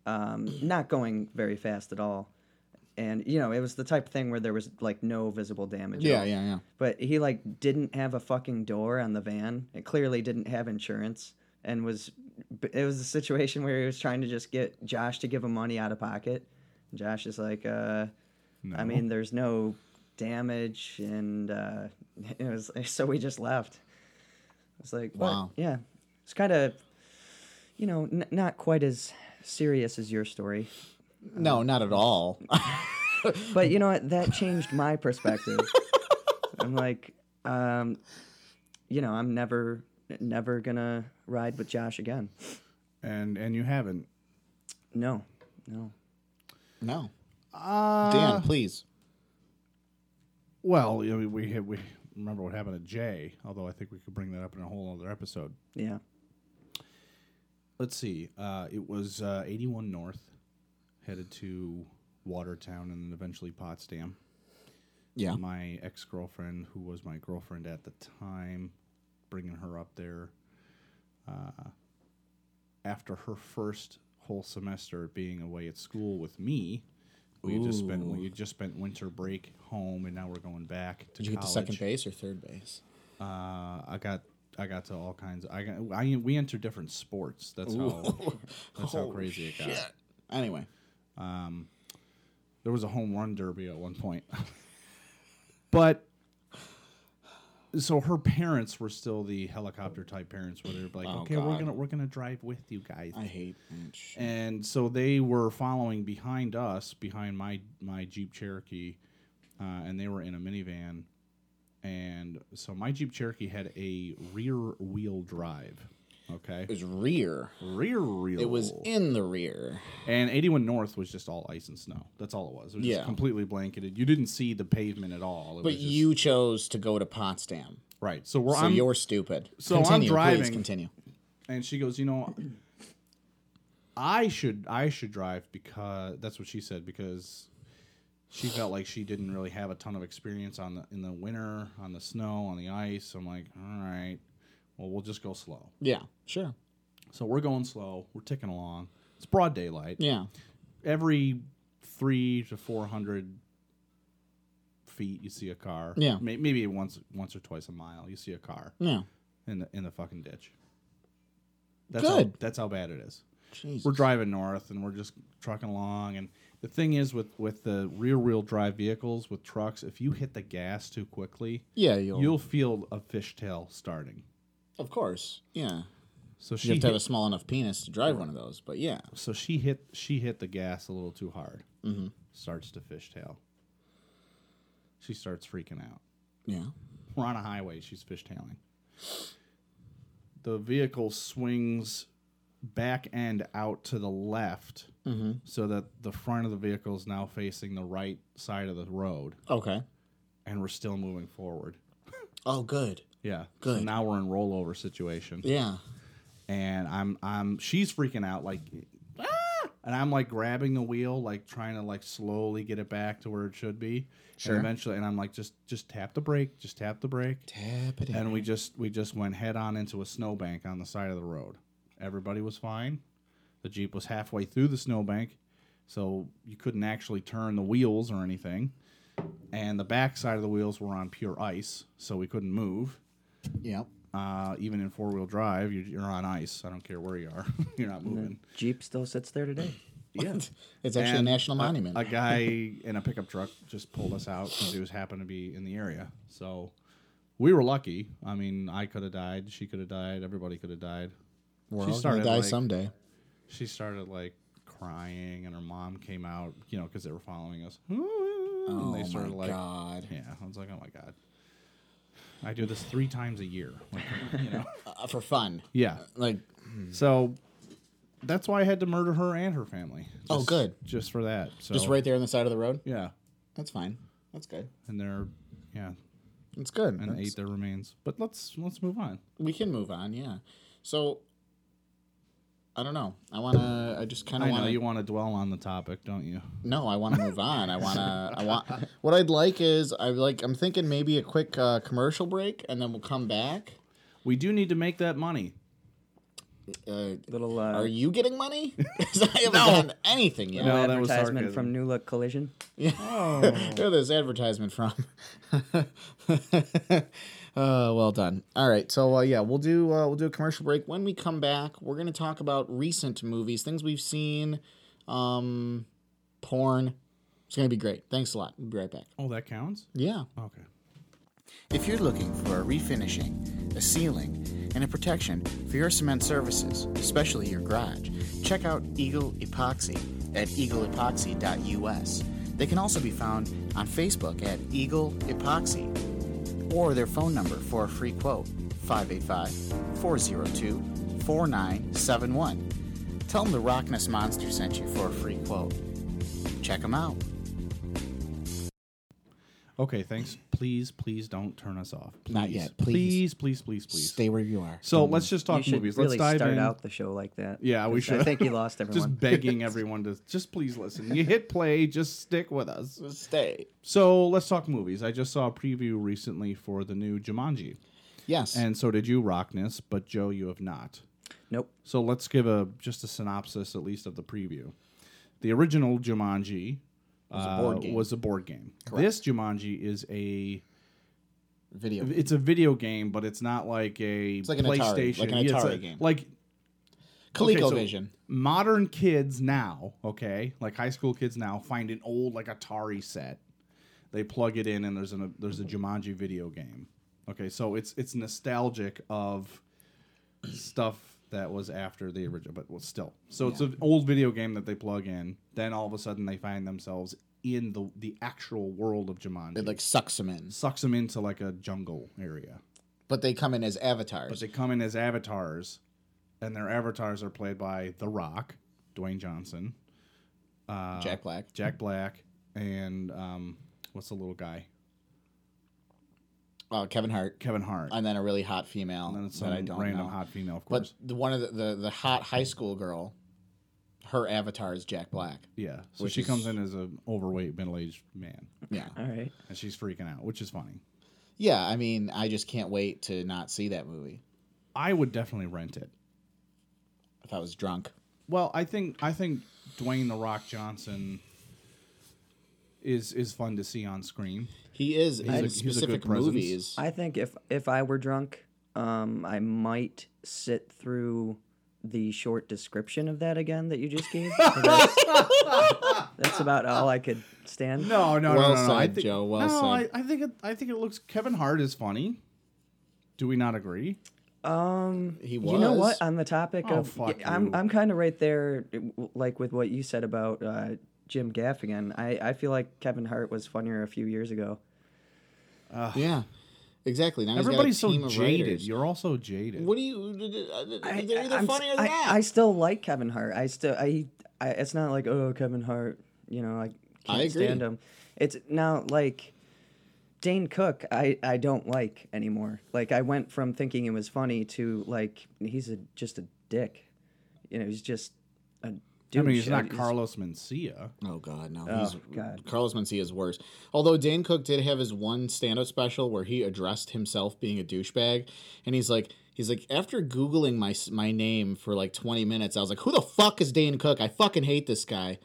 Speaker 5: um, not going very fast at all. And you know, it was the type of thing where there was like no visible damage. at all
Speaker 4: yeah, yeah.
Speaker 5: but he like didn't have a fucking door on the van. It clearly didn't have insurance and was b- it was a situation where he was trying to just get Josh to give him money out of pocket. Josh is like, uh, I mean, there's no damage, and uh, it was so we just left. It's like, what?
Speaker 4: Wow.
Speaker 5: yeah, it's kind of, you know, n- not quite as serious as your story,
Speaker 4: No, not at all.
Speaker 5: but you know what? That changed my perspective. I'm like, um, you know, I'm never, never gonna ride with Josh again.
Speaker 3: And and you haven't.
Speaker 5: No, no.
Speaker 4: no.
Speaker 3: Uh,
Speaker 4: Dan, please.
Speaker 3: Well, I mean, we had- we remember what happened to Jay. Although I think we could bring that up in a whole other episode.
Speaker 5: Yeah.
Speaker 3: Let's see. Uh, it was uh, 81 North, headed to Watertown and then eventually Potsdam.
Speaker 4: Yeah.
Speaker 3: my ex girlfriend, who was my girlfriend at the time, bringing her up there. Uh, after her first whole semester being away at school with me, we had just spent we had just spent winter break home, and now we're going back to
Speaker 4: Did you get to
Speaker 3: college.
Speaker 4: second base or third base?
Speaker 3: Uh, I got I got to all kinds. I got I we entered different sports. That's how that's
Speaker 4: Oh,
Speaker 3: how crazy it got.
Speaker 4: Anyway.
Speaker 3: There was a home run derby at one point. but so her parents were still the helicopter type parents where they're like,
Speaker 4: Oh,
Speaker 3: okay, we're
Speaker 4: God.
Speaker 3: gonna we're gonna drive with you guys.
Speaker 4: I hate that shit.
Speaker 3: and so they were following behind us, behind my my Jeep Cherokee, uh, and they were in a minivan. And so my Jeep Cherokee had a rear wheel drive. Okay,
Speaker 4: It was rear.
Speaker 3: rear wheel.
Speaker 4: It was in the rear.
Speaker 3: and 81 North was just all ice and snow. That's all it was. It was
Speaker 4: Yeah.
Speaker 3: just completely blanketed. You didn't see the pavement at all. It
Speaker 4: But
Speaker 3: was just-
Speaker 4: you chose to go to Potsdam.
Speaker 3: right? So we're
Speaker 4: So
Speaker 3: on.
Speaker 4: you're stupid.
Speaker 3: So I'm
Speaker 4: continue, Please
Speaker 3: driving.
Speaker 4: continue.
Speaker 3: and she goes, you know, I should I should drive because that's what she said because she felt like she didn't really have a ton of experience on the in the winter on the snow on the ice. I'm like, all right, well we'll just go slow.
Speaker 4: Yeah, sure.
Speaker 3: So we're going slow. We're ticking along. It's broad daylight.
Speaker 4: Yeah.
Speaker 3: Every three to four hundred feet, you see a car.
Speaker 4: Yeah.
Speaker 3: May- maybe once once or twice a mile, you see a car
Speaker 4: Yeah.
Speaker 3: in the in the fucking ditch. That's how,
Speaker 4: Good.
Speaker 3: that's how bad it is.
Speaker 4: Jesus.
Speaker 3: We're driving north and we're just trucking along and the thing is with with the rear wheel drive vehicles with trucks, if you hit the gas too quickly,
Speaker 4: yeah, you'll,
Speaker 3: you'll feel a fishtail starting.
Speaker 4: Of course. Yeah.
Speaker 3: So she
Speaker 4: You have to have a
Speaker 3: hit-
Speaker 4: small enough penis to drive one of those, but yeah.
Speaker 3: so she hit she hit the gas a little too hard. Mm-hmm. Starts to fishtail. She starts freaking out.
Speaker 4: Yeah.
Speaker 3: We're on a highway. She's fishtailing. The vehicle swings back end out to the left
Speaker 4: Mm-hmm.
Speaker 3: so that the front of the vehicle is now facing the right side of the road,
Speaker 4: Okay.
Speaker 3: and we're still moving forward.
Speaker 4: Oh, good.
Speaker 3: Yeah. So
Speaker 4: Good.
Speaker 3: now we're in rollover situation,
Speaker 4: Yeah.
Speaker 3: and I'm I'm she's freaking out like, "Ah!" and I'm like grabbing the wheel, like trying to like slowly get it back to where it should be.
Speaker 4: Sure.
Speaker 3: And eventually, and I'm like just just tap the brake, just tap the brake.
Speaker 4: Tap it in.
Speaker 3: and we just we just went head on into a snowbank on the side of the road. Everybody was fine. The jeep was halfway through the snowbank, so you couldn't actually turn the wheels or anything. And the back side of the wheels were on pure ice, so we couldn't move.
Speaker 4: Yep.
Speaker 3: Uh, even in four wheel drive, you're, you're on ice. I don't care where you are, you're not moving.
Speaker 5: Jeep still sits there today.
Speaker 3: Yeah.
Speaker 4: It's actually
Speaker 3: And
Speaker 4: a national
Speaker 3: a-
Speaker 4: monument.
Speaker 3: A, guy in a pickup truck just pulled us out because he was happened to be in the area. So we were lucky. I mean, I could have died. She could have died. Everybody could have died.
Speaker 4: We're
Speaker 3: she
Speaker 4: all gonna
Speaker 3: started,
Speaker 4: die
Speaker 3: like-
Speaker 4: someday.
Speaker 3: She started like crying, and her mom came out, you know, because they were following us. and
Speaker 4: Oh
Speaker 3: they started
Speaker 4: my
Speaker 3: like,
Speaker 4: god!
Speaker 3: yeah. I was like, oh my god. I do this three times a year. Like, you know.
Speaker 4: Uh, for fun,
Speaker 3: Yeah.
Speaker 4: like
Speaker 3: So that's why I had to murder her and her family.
Speaker 4: Oh,
Speaker 3: Just-
Speaker 4: good.
Speaker 3: Just for that. So,
Speaker 4: just right there on the side of the road.
Speaker 3: Yeah.
Speaker 4: That's fine. That's good.
Speaker 3: and they're yeah
Speaker 4: That's good.
Speaker 3: and
Speaker 4: That's-
Speaker 3: ate their remains but let's let's move on
Speaker 4: we can move on. Yeah. So I don't know. I wanna. I just kind
Speaker 3: i,
Speaker 4: of
Speaker 3: know
Speaker 4: wanna.
Speaker 3: you want to dwell on the topic don't you
Speaker 4: No, I want to move on. I want to. I want. What I'd like is I like. I'm thinking maybe a quick uh, commercial break, and then we'll come back.
Speaker 3: we do need to make that money
Speaker 4: Uh,
Speaker 5: Little uh,
Speaker 4: are you getting money? 'Cause I haven't gotten anything yet.
Speaker 3: No, Oh, that was
Speaker 5: advertisement
Speaker 3: sarcasm.
Speaker 5: from New Look Collision.
Speaker 4: Where this advertisement from? uh, well done. All right, so uh, yeah, we'll do uh, we'll do a commercial break. When we come back, we're gonna talk about recent movies, things we've seen, um, porn. It's gonna be great. Thanks a lot. We'll be right back.
Speaker 3: oh that counts
Speaker 4: Yeah.
Speaker 3: okay
Speaker 4: If you're looking for a refinishing, a sealing, and a protection for your cement services, especially your garage, check out Eagle Epoxy at eagleepoxy.us. They can also be found on Facebook at Eagle Epoxy or their phone number for a free quote 585 402 4971. Tell them the Rockness Monster sent you for a free quote. Check them out.
Speaker 3: okay thanks please please don't turn us off please.
Speaker 4: Not yet.
Speaker 3: please
Speaker 4: Please.
Speaker 3: please please please
Speaker 4: where you are.
Speaker 3: so let's just
Speaker 5: You
Speaker 3: talk
Speaker 5: should
Speaker 3: movies
Speaker 5: really
Speaker 3: let's dive
Speaker 5: start
Speaker 3: in
Speaker 5: out the show like that.
Speaker 3: yeah we
Speaker 5: 'cause
Speaker 3: should
Speaker 5: I think you lost everyone.
Speaker 3: just begging everyone to just please listen you hit play just stick with us
Speaker 4: Stay.
Speaker 3: so let's talk movies i just saw a preview recently for the new jumanji
Speaker 4: Yes.
Speaker 3: and so did you rockness but joe you have not
Speaker 5: nope.
Speaker 3: So let's give a just a synopsis, at least of the preview. The original Jumanji was
Speaker 4: a board game.
Speaker 3: Was a board game. This Jumanji is a
Speaker 4: video.
Speaker 3: it's a video game, but it's not like a
Speaker 4: like an Atari,
Speaker 3: PlayStation.
Speaker 4: like an
Speaker 3: Yeah, it's
Speaker 4: Atari
Speaker 3: a-
Speaker 4: game.
Speaker 3: Like okay, so
Speaker 4: ColecoVision.
Speaker 3: modern kids now, okay, like high school kids now, find an old like Atari set. They plug it in, and there's an there's a Jumanji video game. Okay, so it's it's nostalgic of stuff that was after the original, but well, still. So it's an old video game that they plug in. Then all of a sudden they find themselves in the the actual world of Jumanji.
Speaker 4: It like sucks them in,
Speaker 3: sucks them into like a jungle area.
Speaker 4: but they come in as avatars.
Speaker 3: But they come in as avatars, and their avatars are played by The Rock, Dwayne Johnson, Ah.
Speaker 4: Jack Black.
Speaker 3: Jack Black, and um, what's the little guy?
Speaker 4: Oh, Kevin Hart.
Speaker 3: Kevin Hart.
Speaker 4: And then a really hot female
Speaker 3: and it's some
Speaker 4: that I don't
Speaker 3: random
Speaker 4: know.
Speaker 3: hot female, of
Speaker 4: but
Speaker 3: course.
Speaker 4: the one of the, the the hot high school girl, her avatar is Jack Black.
Speaker 3: yeah. So
Speaker 4: which
Speaker 3: she comes
Speaker 4: is-
Speaker 3: in as an overweight middle aged man,
Speaker 4: Yeah.
Speaker 5: All right.
Speaker 3: and she's freaking out, which is funny.
Speaker 4: Yeah, I mean, I just can't wait to not see that movie
Speaker 3: I would definitely rent it.
Speaker 4: if I was drunk.
Speaker 3: Well, I think I think Dwayne the Rock Johnson is is fun to see on screen.
Speaker 4: He is
Speaker 3: a-
Speaker 4: in
Speaker 3: he's a good
Speaker 4: specific
Speaker 3: presence.
Speaker 4: movies.
Speaker 5: I think if if I were drunk, um, I might sit through the short description of that again that you just gave. That's, that's about all I could stand.
Speaker 3: No, no, no,
Speaker 4: Well
Speaker 3: no, no. I
Speaker 4: said,
Speaker 3: think,
Speaker 4: Joe, well
Speaker 3: no,
Speaker 4: said.
Speaker 3: I, I think it, I think it looks. Kevin Hart is funny. Do we not agree?
Speaker 5: Um,
Speaker 4: He
Speaker 5: You know
Speaker 4: was.
Speaker 5: what? On the topic
Speaker 3: Oh,
Speaker 5: of,
Speaker 3: fuck
Speaker 5: yeah, I'm
Speaker 3: you.
Speaker 5: I'm kind of right there, w- like with what you said about uh, Jim Gaffigan. I I feel like Kevin Hart was funnier a few years ago.
Speaker 4: yeah, exactly. Now
Speaker 3: Ah. Everybody's
Speaker 4: he's got a team
Speaker 3: so
Speaker 4: of
Speaker 3: jaded.
Speaker 4: writers.
Speaker 3: You're also jaded.
Speaker 4: What do you? They're either
Speaker 5: I'm s-
Speaker 4: funny or
Speaker 5: I-
Speaker 4: they're not.
Speaker 5: I still like Kevin Hart. I still I, I it's not like oh Kevin Hart, you know, I can't
Speaker 4: I agree.
Speaker 5: stand him. It's now like Dane Cook, I I don't like anymore. Like I went from thinking it was funny to like he's a just a dick. You know, he's just a
Speaker 3: I
Speaker 5: douche.
Speaker 3: mean, he's not
Speaker 5: just-
Speaker 3: Carlos Mencia.
Speaker 4: Oh God, no!
Speaker 5: Oh,
Speaker 4: he's,
Speaker 5: God.
Speaker 4: Carlos Mencia is worse. Although Dane Cook did have his one stand-up special where he addressed himself being a douchebag, and he's like, he's like, after googling my s- my name for like twenty minutes, I was like, who the fuck is Dane Cook? I fucking hate this guy,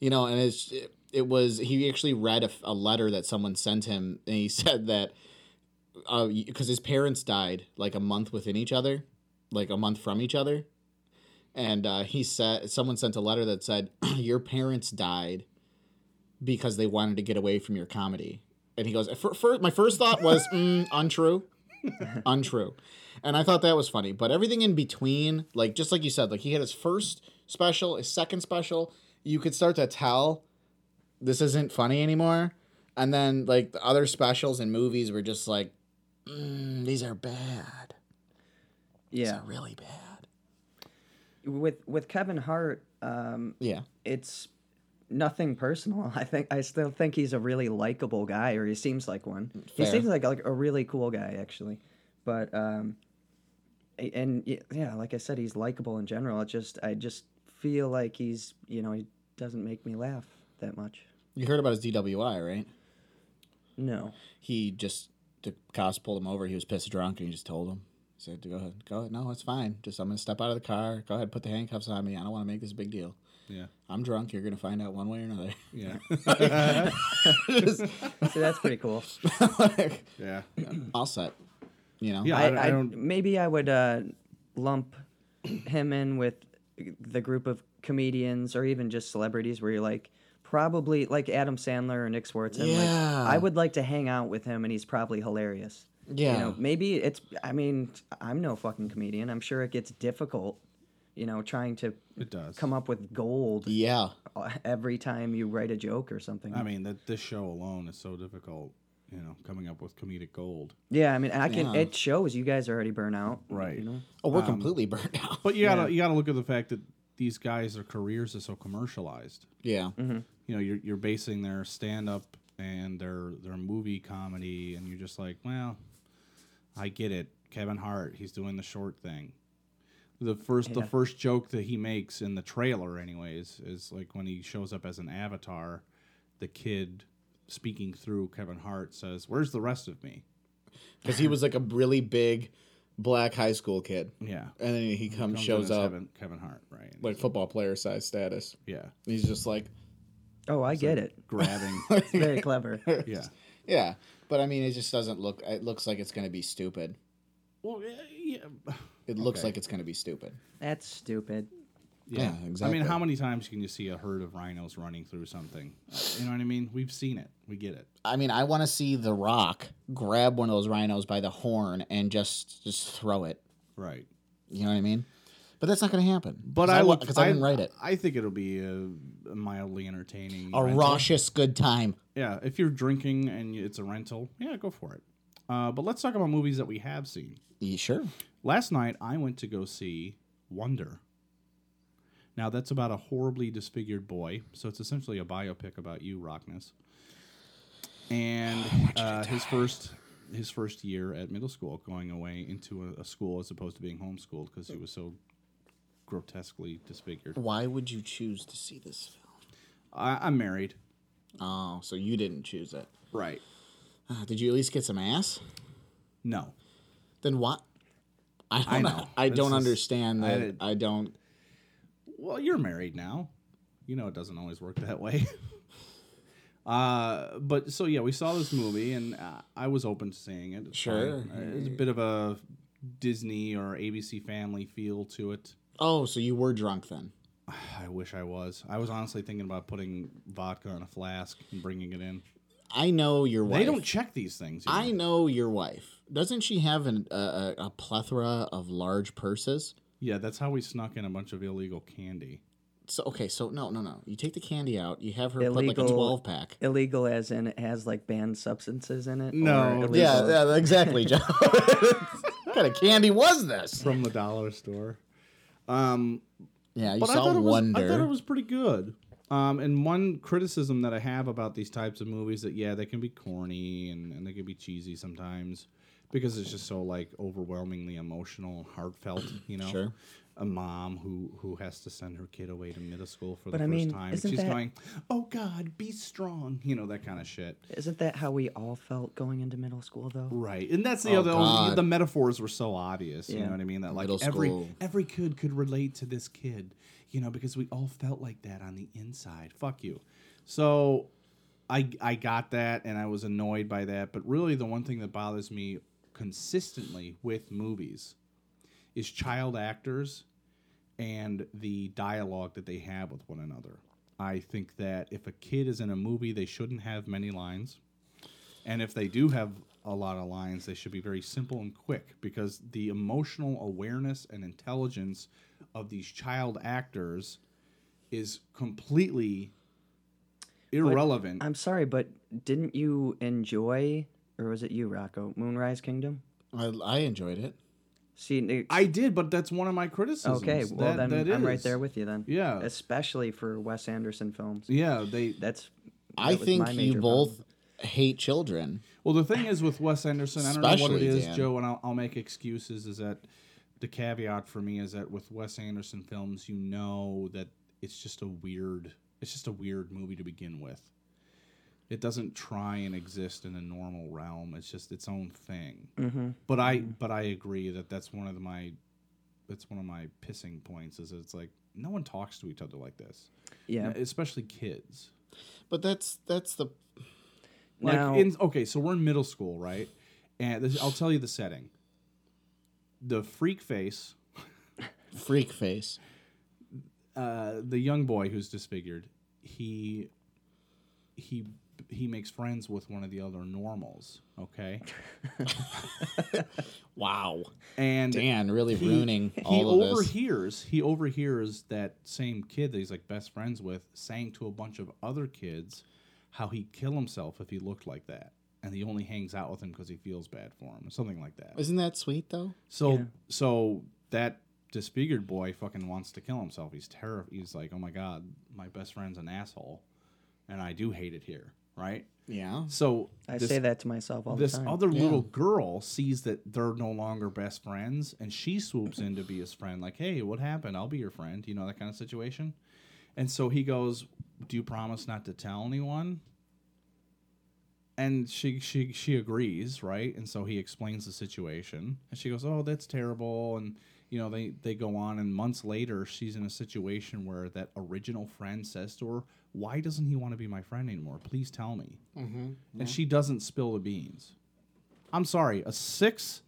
Speaker 4: you know. And it's it, was he actually read a, f- a letter that someone sent him, and he said that because his parents died like a month within each other, like a month from each other. And uh, he said, someone sent a letter that said, Your parents died because they wanted to get away from your comedy. And he goes, "Fir- fir- My first thought was, mm, Untrue. untrue. And I thought that was funny. But everything in between, like, just like you said, like, he had his first special, his second special. You could start to tell this isn't funny anymore. And then, like, the other specials and movies were just like, mm, These are bad. These
Speaker 5: Yeah.
Speaker 4: are really bad.
Speaker 5: With with Kevin Hart, um
Speaker 4: Yeah.
Speaker 5: it's nothing personal. I think I still think he's a really likable guy, or he seems like one. He
Speaker 4: Fair.
Speaker 5: seems like like a really cool guy actually, but um, a- and y- yeah, like I said, he's likable in general. It just I just feel like he's you know he doesn't make me laugh that much.
Speaker 4: You heard about his DWI, right?
Speaker 5: No,
Speaker 4: he just the cops pulled him over. He was pissed drunk, and he just told him, he said, "Go ahead, go ahead. No, it's fine. Just I'm gonna step out of the car. Go ahead, put the handcuffs on me. I don't want to make this a big deal.
Speaker 3: Yeah,
Speaker 4: I'm drunk. You're gonna find out one way or another."
Speaker 3: yeah,
Speaker 4: Just,
Speaker 5: so that's pretty cool.
Speaker 4: like,
Speaker 3: yeah,
Speaker 4: all set. You know.
Speaker 3: yeah. I,
Speaker 5: I,
Speaker 3: I
Speaker 5: I-
Speaker 3: don't.
Speaker 5: maybe I would uh, lump him in with the group of comedians or even just celebrities where you're like probably like Adam Sandler or Nick Swartzen.
Speaker 4: Yeah.
Speaker 5: Like, I would like to hang out with him, and he's probably hilarious.
Speaker 4: Yeah.
Speaker 5: You know, maybe it's. I mean, I'm no fucking comedian. I'm sure it gets difficult. You know, trying to
Speaker 3: It does.
Speaker 5: come up with gold
Speaker 4: Yeah.
Speaker 5: every time you write a joke or something.
Speaker 3: I mean, that this show alone is so difficult. You know, coming up with comedic gold.
Speaker 5: yeah, I mean, I can.
Speaker 4: Yeah.
Speaker 5: It shows you guys already burn out.
Speaker 3: Right.
Speaker 5: You know?
Speaker 4: Oh, we're completely burnt out.
Speaker 3: But you gotta you gotta look at the fact that these guys, their careers are so commercialized.
Speaker 4: yeah.
Speaker 3: You know, you're you're basing their stand up and their their movie comedy, and you're just like, well, I get it. Kevin Hart, he's doing the short thing. The first the first joke that he makes in the trailer, anyways, is like when he shows up as an avatar, the kid speaking through Kevin Hart says, "Where's the rest of me?"
Speaker 4: Because he was like a really big black high school kid,
Speaker 3: Yeah.
Speaker 4: and then he comes,
Speaker 3: Comes in
Speaker 4: shows
Speaker 3: as
Speaker 4: up
Speaker 3: Kevin, Kevin Hart, right?
Speaker 4: like football player size status.
Speaker 3: yeah,
Speaker 4: He's just like,
Speaker 5: Oh, I get it.
Speaker 3: grabbing.
Speaker 5: It's very clever.
Speaker 3: yeah.
Speaker 4: yeah. But I mean, it just doesn't look. It looks like it's gonna be stupid.
Speaker 3: Well, yeah,
Speaker 4: It looks
Speaker 3: Okay.
Speaker 4: like it's going to be stupid.
Speaker 5: That's stupid.
Speaker 4: Yeah, exactly.
Speaker 3: I mean, how many times can you see a herd of rhinos running through something? Uh, You know what I mean? We've seen it. We get it.
Speaker 4: I mean, I want to see The Rock grab one of those rhinos by the horn and just just throw it.
Speaker 3: Right.
Speaker 4: You know what I mean? But that's not going to happen.
Speaker 3: But
Speaker 4: 'Cause
Speaker 3: I
Speaker 4: wa-
Speaker 3: would.
Speaker 4: 'cause I, didn't write it.
Speaker 3: I think it'll be a mildly entertaining.
Speaker 4: A
Speaker 3: rental.
Speaker 4: raucous good time.
Speaker 3: Yeah, if you're drinking and you- it's a rental, yeah, go for it. Uh, but let's talk about movies that we have seen.
Speaker 4: You sure?
Speaker 3: Last night, I went to go see Wonder. Now, that's about a horribly disfigured boy, so it's essentially a biopic about you, Rockness, and uh, his first his first year at middle school, going away into a, a school as opposed to being homeschooled because he was so grotesquely disfigured.
Speaker 4: Why would you choose to see this film?
Speaker 3: I, I'm married,
Speaker 4: Oh, so you didn't choose it.
Speaker 3: right?
Speaker 4: Uh, did you at least get some ass?
Speaker 3: No,
Speaker 4: Then what? I don't
Speaker 3: I
Speaker 4: know.
Speaker 3: know.
Speaker 4: I
Speaker 3: This
Speaker 4: don't
Speaker 3: is-
Speaker 4: understand
Speaker 3: I
Speaker 4: that.
Speaker 3: did-
Speaker 4: I, don't.
Speaker 3: well, you're married now. You know it doesn't always work that way. uh, but so yeah, we saw this movie, and uh, I was open to seeing it. It's
Speaker 4: Sure.
Speaker 3: fine. Uh, it's a bit of a Disney or ABC Family feel to it.
Speaker 4: Oh, so you were drunk then?
Speaker 3: I wish I was. I was honestly thinking about putting vodka in a flask and bringing it in.
Speaker 4: I know your wife.
Speaker 3: They don't check these things. you
Speaker 4: I
Speaker 3: know.
Speaker 4: know your wife. Doesn't she have an, a, a- a plethora of large purses?
Speaker 3: Yeah, that's how we snuck in a bunch of illegal candy.
Speaker 4: So okay, so no, no, no. You take the candy out. You have her put like a
Speaker 5: Illegal-
Speaker 4: twelve pack.
Speaker 5: Illegal as in it has like banned substances in it.
Speaker 3: No,
Speaker 5: or
Speaker 3: yeah,
Speaker 5: illegal-
Speaker 4: Yeah, yeah, exactly, John. what kind of candy was this?
Speaker 3: From the dollar store.
Speaker 4: Yeah, you
Speaker 3: But I
Speaker 4: saw
Speaker 3: thought, it was,
Speaker 4: Wonder.
Speaker 3: I thought it was pretty good. Um, and one criticism that I have about these types of movies that yeah, they can be corny and, and they can be cheesy sometimes because it's just so like overwhelmingly emotional and heartfelt, you know.
Speaker 4: Sure.
Speaker 3: A mom who who has to send her kid away to middle school for
Speaker 5: But
Speaker 3: the
Speaker 5: I mean,
Speaker 3: first time.
Speaker 5: isn't
Speaker 3: She's
Speaker 5: that-
Speaker 3: going, "Oh God, be strong," you know that kind of shit.
Speaker 5: Isn't that how we all felt going into middle school though?
Speaker 3: Right, and that's the
Speaker 4: Oh,
Speaker 3: other.
Speaker 4: God.
Speaker 3: The metaphors were so obvious. You
Speaker 5: Yeah.
Speaker 3: know what I mean? That like
Speaker 4: Middle
Speaker 3: every
Speaker 4: school.
Speaker 3: every kid could relate to this kid. You know, because we all felt like that on the inside. Fuck you. So, I I got that, and I was annoyed by that. But really, the one thing that bothers me consistently with movies is child actors and the dialogue that they have with one another. I think that if a kid is in a movie, they shouldn't have many lines. And if they do have a lot of lines, they should be very simple and quick because the emotional awareness and intelligence of these child actors is completely irrelevant.
Speaker 5: I'm sorry, but didn't you enjoy or was it you, Rocco? Moonrise Kingdom?
Speaker 4: I, I enjoyed it.
Speaker 5: See n-
Speaker 3: I did, but that's one of my criticisms.
Speaker 5: Okay, well
Speaker 3: That-
Speaker 5: then
Speaker 3: that
Speaker 5: I'm right
Speaker 3: is-
Speaker 5: there with you then.
Speaker 3: Yeah.
Speaker 5: Especially for Wes Anderson films.
Speaker 3: Yeah, they
Speaker 5: That's
Speaker 4: I
Speaker 5: that was
Speaker 4: think
Speaker 5: my
Speaker 4: you
Speaker 5: major
Speaker 4: both
Speaker 5: problem.
Speaker 4: hate children.
Speaker 3: Well, the thing is with Wes Anderson, I don't know what it
Speaker 4: Especially,
Speaker 3: is,
Speaker 4: Dan.
Speaker 3: Joe, and I'll, I'll make excuses. Is that the caveat for me is that with Wes Anderson films, you know that it's just a weird, it's just a weird movie to begin with. It doesn't try and exist in a normal realm. It's just its own thing. Mm-hmm. But I, but I agree that that's one of the- my, that's one of my pissing points. Is that it's like no one talks to each other like this,
Speaker 5: Yeah.
Speaker 3: especially kids.
Speaker 4: But that's that's the
Speaker 3: Like
Speaker 5: Now-
Speaker 3: in okay, so we're in middle school, right? And this, I'll tell you the setting. The freak face,
Speaker 4: freak face.
Speaker 3: uh, the young boy who's disfigured, he he he makes friends with one of the other normals, okay?
Speaker 4: Wow,
Speaker 3: And
Speaker 4: Dan really
Speaker 3: he-
Speaker 4: ruining
Speaker 3: he
Speaker 4: all of this.
Speaker 3: overhears he overhears that same kid that he's like best friends with saying to a bunch of other kids how he'd kill himself if he looked like that. And he only hangs out with him because he feels bad for him, or something like that.
Speaker 4: Isn't that sweet though?
Speaker 3: So so that disfigured boy fucking wants to kill himself. He's terrified. He's like, oh my god, my best friend's an asshole, and I do hate it here, right?
Speaker 4: Yeah.
Speaker 3: So
Speaker 5: I
Speaker 3: this-
Speaker 5: say that to myself all the
Speaker 3: this
Speaker 5: time.
Speaker 3: other little girl sees that they're no longer best friends and she swoops in to be his friend like hey what happened i'll be your friend you know that kind of situation and so he goes do you promise not to tell anyone and she she she agrees right and so he explains the situation and she goes oh that's terrible and you know they they go on and months later she's in a situation where that original friend says to her why doesn't he want to be my friend anymore please tell me and she doesn't spill the beans. I'm sorry, a six,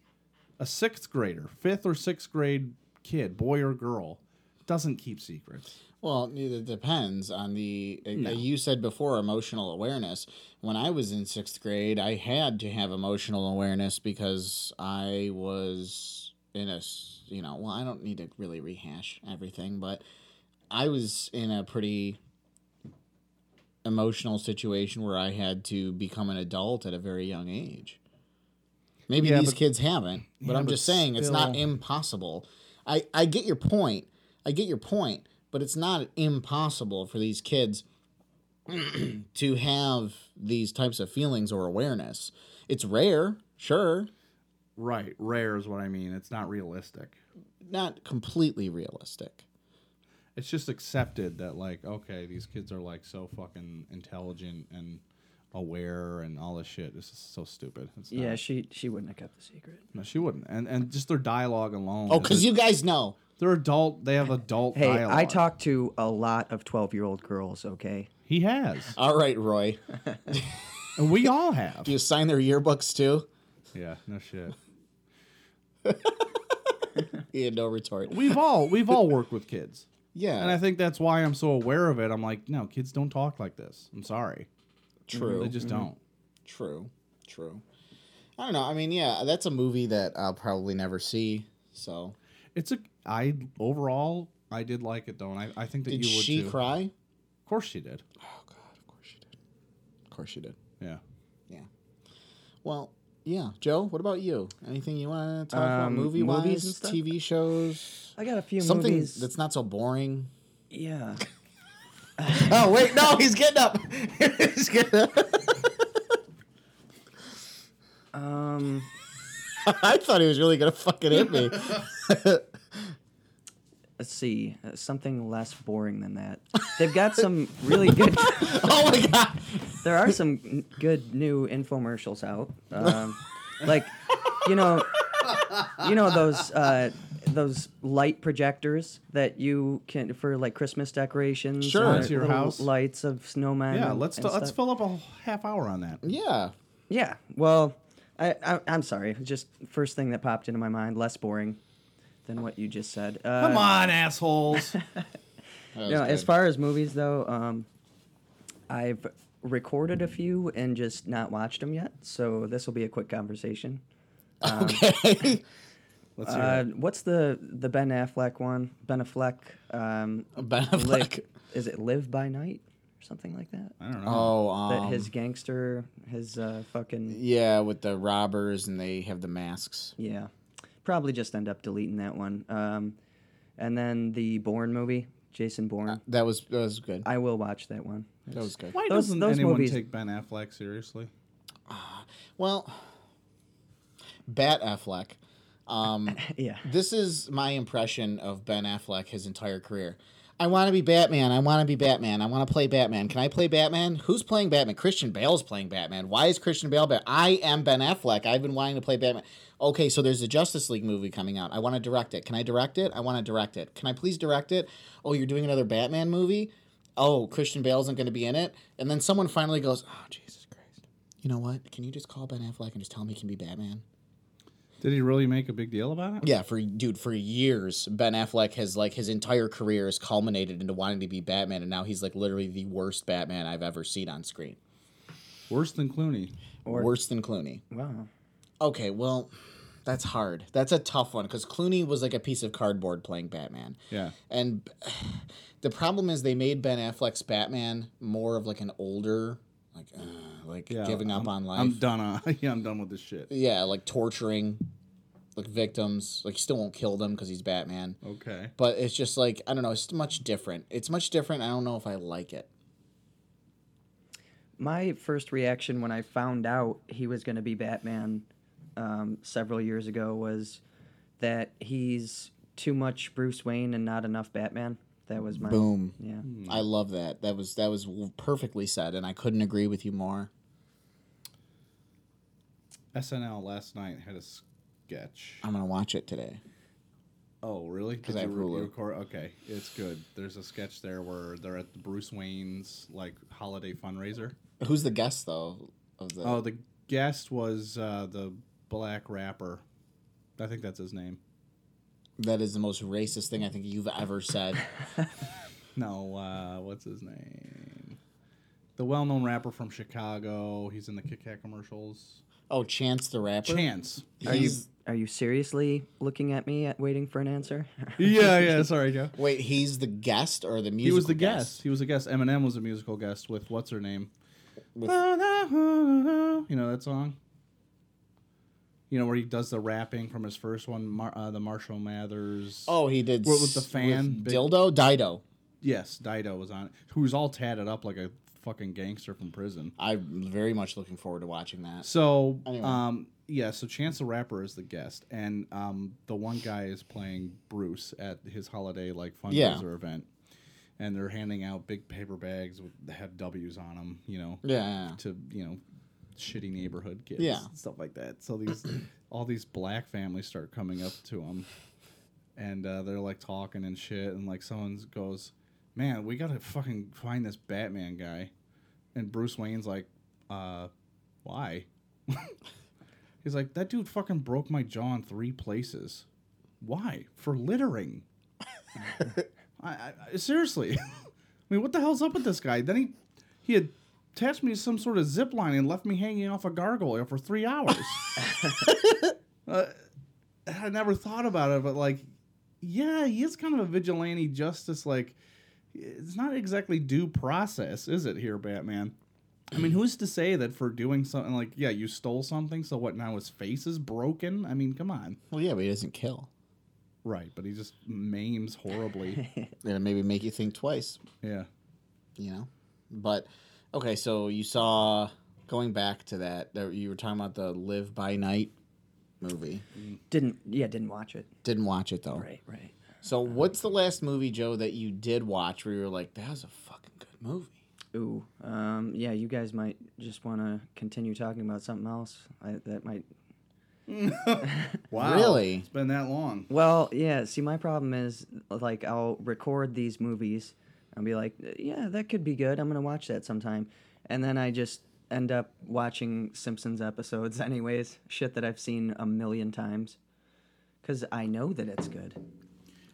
Speaker 3: a sixth grader, fifth or sixth grade kid, boy or girl, doesn't keep secrets.
Speaker 4: Well, it depends on the. uh, You said before emotional awareness. When I was in sixth grade, I had to have emotional awareness because I was in a, s- you know, well, I don't need to really rehash everything, but I was in a pretty emotional situation where I had to become an adult at a very young age. Maybe
Speaker 3: Yeah,
Speaker 4: these
Speaker 3: but-
Speaker 4: kids haven't, but
Speaker 3: Yeah,
Speaker 4: I'm
Speaker 3: but
Speaker 4: just saying it's not
Speaker 3: still-
Speaker 4: impossible. I, I get your point. I get your point, but it's not impossible for these kids to have these types of feelings or awareness. It's rare, sure,
Speaker 3: Right. Rare is what I mean. It's not realistic.
Speaker 4: not completely realistic.
Speaker 3: It's just accepted that like okay, these kids are like so fucking intelligent and aware and all this shit. This is so stupid. It's
Speaker 5: Yeah,
Speaker 3: not-
Speaker 5: she she wouldn't have kept the secret.
Speaker 3: no, she wouldn't. And and just their dialogue alone.
Speaker 4: Oh,
Speaker 3: is
Speaker 4: because
Speaker 3: a-
Speaker 4: you guys know.
Speaker 3: they're adult. They have adult.
Speaker 5: Hey,
Speaker 3: dialogue.
Speaker 5: I talk to a lot of twelve year old girls. Okay,
Speaker 3: He has.
Speaker 4: All right, Roy.
Speaker 3: And we all have.
Speaker 4: Do you sign their yearbooks too?
Speaker 3: yeah. No shit.
Speaker 4: Yeah, no retort.
Speaker 3: We've all we've all worked with kids.
Speaker 4: Yeah,
Speaker 3: And I think that's why I'm so aware of it. I'm like, no, kids don't talk like this. I'm sorry.
Speaker 4: true. Mm-hmm.
Speaker 3: They just don't.
Speaker 4: True. True. I don't know. I mean, yeah, that's a movie that I'll probably never see. So,
Speaker 3: It's a I overall I did like it though, and I, I think that
Speaker 4: did
Speaker 3: you would
Speaker 4: she
Speaker 3: too.
Speaker 4: cry?
Speaker 3: Of course she did.
Speaker 4: Oh God, of course she did. Of course she did.
Speaker 3: Yeah.
Speaker 4: Yeah. Well, yeah, Joe. What about you? Anything you want to talk about
Speaker 5: Um,
Speaker 4: movie
Speaker 5: movies and
Speaker 4: wise,
Speaker 5: stuff?
Speaker 4: TV shows,
Speaker 5: I got a few
Speaker 4: something
Speaker 5: movies.
Speaker 4: that's not so boring?
Speaker 5: yeah.
Speaker 4: oh wait, no, he's getting up. he's getting up.
Speaker 5: Um,
Speaker 4: I thought he was really gonna fucking hit me.
Speaker 5: let's see, uh, something less boring than that. They've got some really good.
Speaker 4: oh my god.
Speaker 5: there are some n- good new infomercials out. Um, like, you know, you know those uh, those light projectors that you can for like Christmas decorations.
Speaker 4: Sure.
Speaker 5: or
Speaker 4: Into
Speaker 3: your
Speaker 5: little
Speaker 3: house.
Speaker 5: Lights of snowmen.
Speaker 3: Yeah,
Speaker 5: and-
Speaker 3: let's
Speaker 5: and
Speaker 3: let's
Speaker 5: stuff.
Speaker 3: fill up a whole half hour on that.
Speaker 4: Yeah.
Speaker 5: Yeah. Well, I, I I'm sorry. Just first thing that popped into my mind. Less boring than what you just said. Uh,
Speaker 3: Come on, assholes.
Speaker 4: That was
Speaker 5: No, as
Speaker 4: good.
Speaker 5: far as movies though, um, I've recorded a few and just not watched them yet. So this will be a quick conversation.
Speaker 4: okay.
Speaker 3: Let's hear
Speaker 5: Uh,
Speaker 3: it.
Speaker 5: what's the the Ben Affleck one? Ben Affleck. Um,
Speaker 4: Ben
Speaker 5: Li-
Speaker 4: Affleck.
Speaker 5: is it Live by Night or something like that?
Speaker 3: I don't know.
Speaker 4: Oh,
Speaker 5: Uh, That
Speaker 4: um,
Speaker 5: his gangster, his uh, fucking
Speaker 4: Yeah, with the robbers and they have the masks.
Speaker 5: yeah. Probably just end up deleting that one. Um, and then the Bourne movie, Jason Bourne.
Speaker 4: That was that was good.
Speaker 5: I will watch that one.
Speaker 4: Ah. That was good.
Speaker 3: Why
Speaker 5: those-
Speaker 3: doesn't
Speaker 5: those
Speaker 3: anyone
Speaker 5: movies-
Speaker 3: take Ben Affleck seriously?
Speaker 4: Well, Bat Affleck. Um,
Speaker 5: Yeah.
Speaker 4: this is my impression of Ben Affleck his entire career. I want to be Batman. I want to be Batman. I want to play Batman. Can I play Batman? Who's playing Batman? Christian Bale's playing Batman. Why is Christian Bale Batman? I am Ben Affleck. I've been wanting to play Batman. Okay, so there's a Justice League movie coming out. I want to direct it. Can I direct it? I want to direct it. Can I please direct it? Oh, you're doing another Batman movie? Oh, Christian Bale isn't going to be in it. And then someone finally goes, Oh, Jesus Christ. You know what? Can you just call Ben Affleck and just tell him he can be Batman?
Speaker 3: Did he really make a big deal about it?
Speaker 4: Yeah, for dude, for years, Ben Affleck has like his entire career has culminated into wanting to be Batman, and now he's like literally the worst Batman I've ever seen on screen.
Speaker 3: Worse than Clooney.
Speaker 4: Worse than Clooney.
Speaker 5: Wow.
Speaker 4: Okay, well, that's hard. That's a tough one because Clooney was like a piece of cardboard playing Batman.
Speaker 3: Yeah.
Speaker 4: And the problem is they made Ben Affleck's Batman more of like an older, like, uh, like
Speaker 3: Yeah,
Speaker 4: giving up
Speaker 3: I'm-
Speaker 4: on life.
Speaker 3: I'm done. Uh, yeah, I'm done with this shit.
Speaker 4: Yeah, like torturing, like victims. Like he still won't kill them because he's Batman.
Speaker 3: Okay.
Speaker 4: but it's just like I don't know. It's much different. It's much different. I don't know if I like it.
Speaker 5: My first reaction when I found out he was going to be Batman um, several years ago was that he's too much Bruce Wayne and not enough Batman. That was my
Speaker 4: Boom. Mm.
Speaker 5: Yeah.
Speaker 4: I love that. That was that was perfectly said, and I couldn't agree with you more.
Speaker 3: SNL last night had a sketch.
Speaker 4: I'm gonna watch it today.
Speaker 3: Oh, really?
Speaker 4: 'Cause
Speaker 3: Did
Speaker 4: I
Speaker 3: you
Speaker 4: have
Speaker 3: re-
Speaker 4: Hulu.
Speaker 3: you record- Okay, it's good. There's a sketch there where they're at Bruce Wayne's like holiday fundraiser.
Speaker 4: Who's the guest though? Of the
Speaker 3: Oh, the guest was uh, the black rapper. I think that's his name.
Speaker 4: That is the most racist thing I think you've ever said.
Speaker 3: No, uh, what's his name? The well-known rapper from Chicago. He's in the Kit Kat commercials.
Speaker 4: Oh, Chance the Rapper.
Speaker 3: Chance.
Speaker 5: Are you
Speaker 4: He's-
Speaker 5: are you seriously looking at me at waiting for an answer?
Speaker 3: yeah, yeah. Sorry, Joe.
Speaker 4: Wait, he's the guest or the musical
Speaker 3: He was the guest. He was a guest. Eminem was a musical guest with what's her name?
Speaker 4: With-
Speaker 3: You know that song. You know where he does the rapping from his first one, Mar- uh, the Marshall Mathers.
Speaker 4: Oh, he did.
Speaker 3: What was
Speaker 4: s-
Speaker 3: the fan?
Speaker 4: with
Speaker 3: Big-
Speaker 4: Dildo Dido.
Speaker 3: yes, Dido was on it. Who's all tatted up like a fucking gangster from prison.
Speaker 4: I'm very much looking forward to watching that.
Speaker 3: So,
Speaker 4: Anyway.
Speaker 3: um, yeah, so Chance the Rapper is the guest, and um, the one guy is playing Bruce at his holiday like fundraiser
Speaker 4: Yeah.
Speaker 3: event, and they're handing out big paper bags with that have W's on them, you know,
Speaker 4: Yeah.
Speaker 3: to you know, shitty neighborhood kids,
Speaker 4: Yeah.
Speaker 3: and stuff like that. So these, all these black families start coming up to him, and uh, they're like talking and shit, and like someone goes, "Man, we gotta fucking find this Batman guy," and Bruce Wayne's like, "Uh, why?" He's like, "That dude fucking broke my jaw in three places. Why? For littering." I, I, I seriously, I mean, what the hell's up with this guy? Then he he had attached me to some sort of zip line and left me hanging off a gargoyle for three hours. Uh, I never thought about it, but like, yeah, he is kind of a vigilante justice. Like, it's not exactly due process, is it? Here, Batman. I mean, who's to say that for doing something like, yeah, you stole something, so what? Now his face is broken. I mean, come on.
Speaker 4: Well, yeah, but he doesn't kill.
Speaker 3: Right, but he just maims horribly.
Speaker 4: It'll maybe make you think twice.
Speaker 3: yeah.
Speaker 4: you know. But okay, so you saw going back to that there- you were talking about the Live by Night movie.
Speaker 5: didn't yeah, didn't watch it.
Speaker 4: Didn't watch it though.
Speaker 5: Right, right.
Speaker 4: So what's the last movie, Joe, that you did watch where you were like, "That was a fucking good movie"?
Speaker 5: Ooh, um, yeah. You guys might just want to continue talking about something else. I, that might.
Speaker 3: Wow.
Speaker 4: Really?
Speaker 3: It's been that long.
Speaker 5: Well, yeah. See, my problem is like I'll record these movies and be like, yeah, that could be good. I'm gonna watch that sometime, and then I just end up watching Simpsons episodes anyways. Shit that I've seen a million times, because I know that it's good.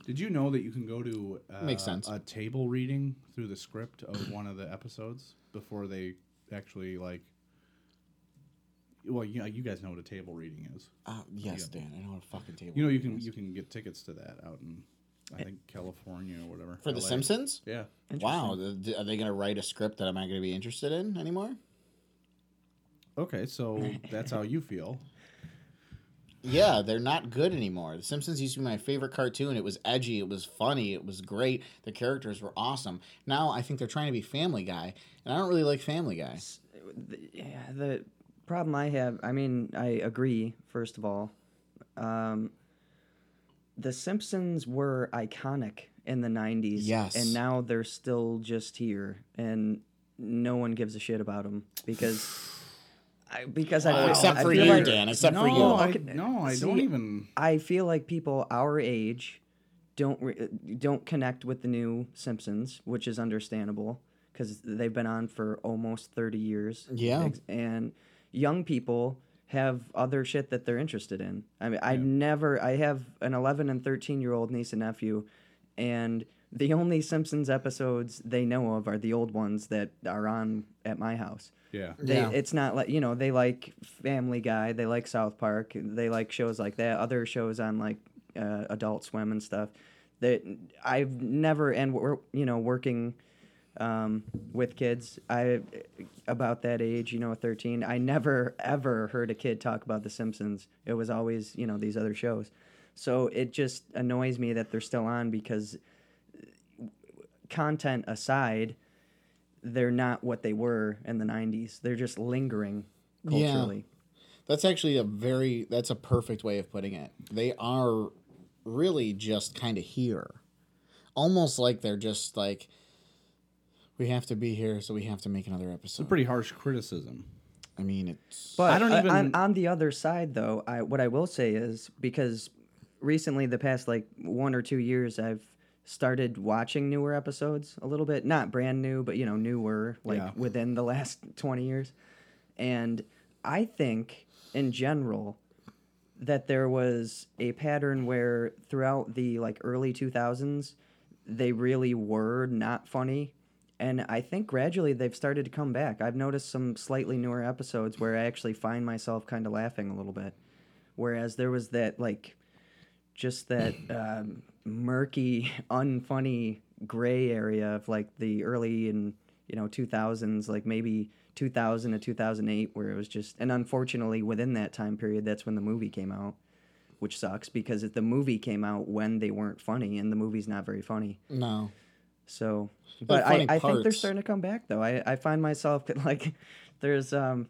Speaker 3: Did you know that you can go to uh,
Speaker 4: Makes sense.
Speaker 3: a table reading through the script of one of the episodes before they actually like? Well, you you guys know what a table reading is.
Speaker 4: Oh, yes, Dan. I know what a fucking table.
Speaker 3: You know you can you can get tickets to that out in I think California or whatever
Speaker 4: for The
Speaker 3: LA.
Speaker 4: Simpsons.
Speaker 3: Yeah,
Speaker 4: Wow, th- th- are they going to write a script that I'm not going to be interested in anymore?
Speaker 3: Okay, so that's how you feel.
Speaker 4: Yeah, they're not good anymore. The Simpsons used to be my favorite cartoon. It was edgy, it was funny, it was great. The characters were awesome. Now I think they're trying to be Family Guy, and I don't really like Family Guy.
Speaker 5: the- yeah, the problem I have, I mean, I agree, first of all. Um, the Simpsons were iconic in the 90s.
Speaker 4: Yes.
Speaker 5: And now they're still just here, and no one gives a shit about them because. I, because I feel-
Speaker 4: Except
Speaker 5: I
Speaker 4: for
Speaker 5: feel
Speaker 4: you,
Speaker 5: like-
Speaker 4: Dan. Except
Speaker 3: no,
Speaker 4: for you.
Speaker 3: I,
Speaker 5: Okay,
Speaker 3: no, I
Speaker 5: see,
Speaker 3: don't even.
Speaker 5: I feel like people our age don't re- don't connect with the new Simpsons, which is understandable because they've been on for almost thirty years.
Speaker 4: Yeah.
Speaker 5: Ex- and young people have other shit that they're interested in. I mean, I never. I have an eleven and thirteen year old niece and nephew, and the only Simpsons episodes they know of are the old ones that are on at my house.
Speaker 3: Yeah,
Speaker 5: They,
Speaker 4: Yeah.
Speaker 5: It's not like you know they like Family Guy, they like South Park, they like shows like that, other shows on like uh, Adult Swim and stuff. That I've never and we're you know working um, with kids. I about that age, you know, thirteen. I never ever heard a kid talk about The Simpsons. It was always you know these other shows. So it just annoys me that they're still on because content aside, they're not what they were in the 90s. They're just lingering
Speaker 4: Yeah.
Speaker 5: culturally.
Speaker 4: That's actually a very that's a perfect way of putting it. They are really just kind of here. Almost like they're just like we have to be here, so we have to make another episode.
Speaker 3: pretty harsh criticism.
Speaker 4: I mean, it's
Speaker 5: But
Speaker 3: I don't
Speaker 5: uh,
Speaker 3: even-
Speaker 5: on, on the other side, though, I, what I will say is because recently, the past like one or two years, I've started watching newer episodes a little bit. Not brand new, but you know, newer, like
Speaker 3: Yeah.
Speaker 5: within the last 20 years. And I think in general, that there was a pattern where throughout the like early 2000s they really were not funny and i think gradually they've started to come back i've noticed some slightly newer episodes where i actually find myself kind of laughing a little bit whereas there was that like just that um, murky unfunny gray area of like the early and you know 2000s like maybe 2000 to 2008 where it was just and unfortunately within that time period that's when the movie came out which sucks because if the movie came out when they weren't funny and the movie's not very funny
Speaker 4: No.
Speaker 5: so, but I,
Speaker 4: funny
Speaker 5: I think they're
Speaker 4: parts.
Speaker 5: starting to come back though. I, I find myself that like there's um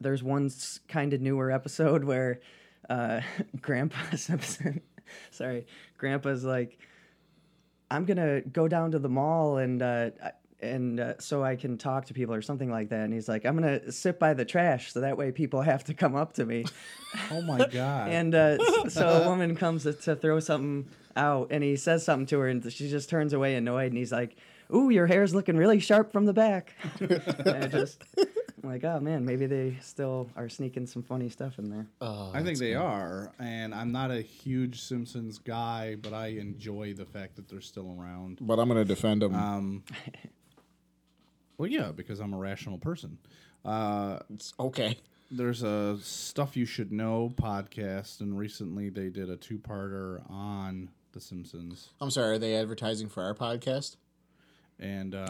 Speaker 5: there's one kind of newer episode where uh Grandpa Simpson, sorry, Grandpa's like, I'm gonna go down to the mall and uh I- and uh, so I can talk to people or something like that. And he's like, I'm gonna sit by the trash so that way people have to come up to me.
Speaker 3: Oh my god!
Speaker 5: And uh, s- so a woman comes to, to throw something out, and he says something to her, and she just turns away annoyed, and he's like, "Ooh, your hair's looking really sharp from the back." and I just I'm like, oh man, maybe they still are sneaking some funny stuff in there.
Speaker 3: I think they are, and I'm not a huge Simpsons guy, but I enjoy the fact that they're still around. Um,
Speaker 4: But I'm gonna defend him.
Speaker 3: Well, yeah, because I'm a rational person. Uh,
Speaker 4: okay.
Speaker 3: there's a stuff you should know podcast, and recently they did a two-parter on the Simpsons,
Speaker 4: I'm sorry. Are they advertising for our podcast?
Speaker 3: and uh,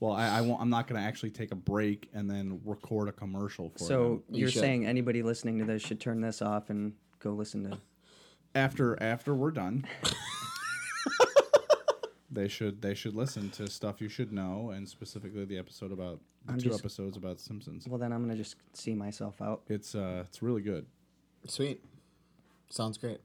Speaker 3: well, I, I won't, I'm not going to actually take a break and then record a commercial for them.
Speaker 5: So
Speaker 4: You
Speaker 5: you're
Speaker 4: should.
Speaker 5: saying anybody listening to this should turn this off and go listen to?
Speaker 3: after after we're done they should they should listen to stuff you should know and specifically the episode about the two
Speaker 5: just-
Speaker 3: episodes about simpsons
Speaker 5: Well, then I'm gonna just see myself out.
Speaker 3: it's uh it's really good
Speaker 4: Sweet. Sounds great.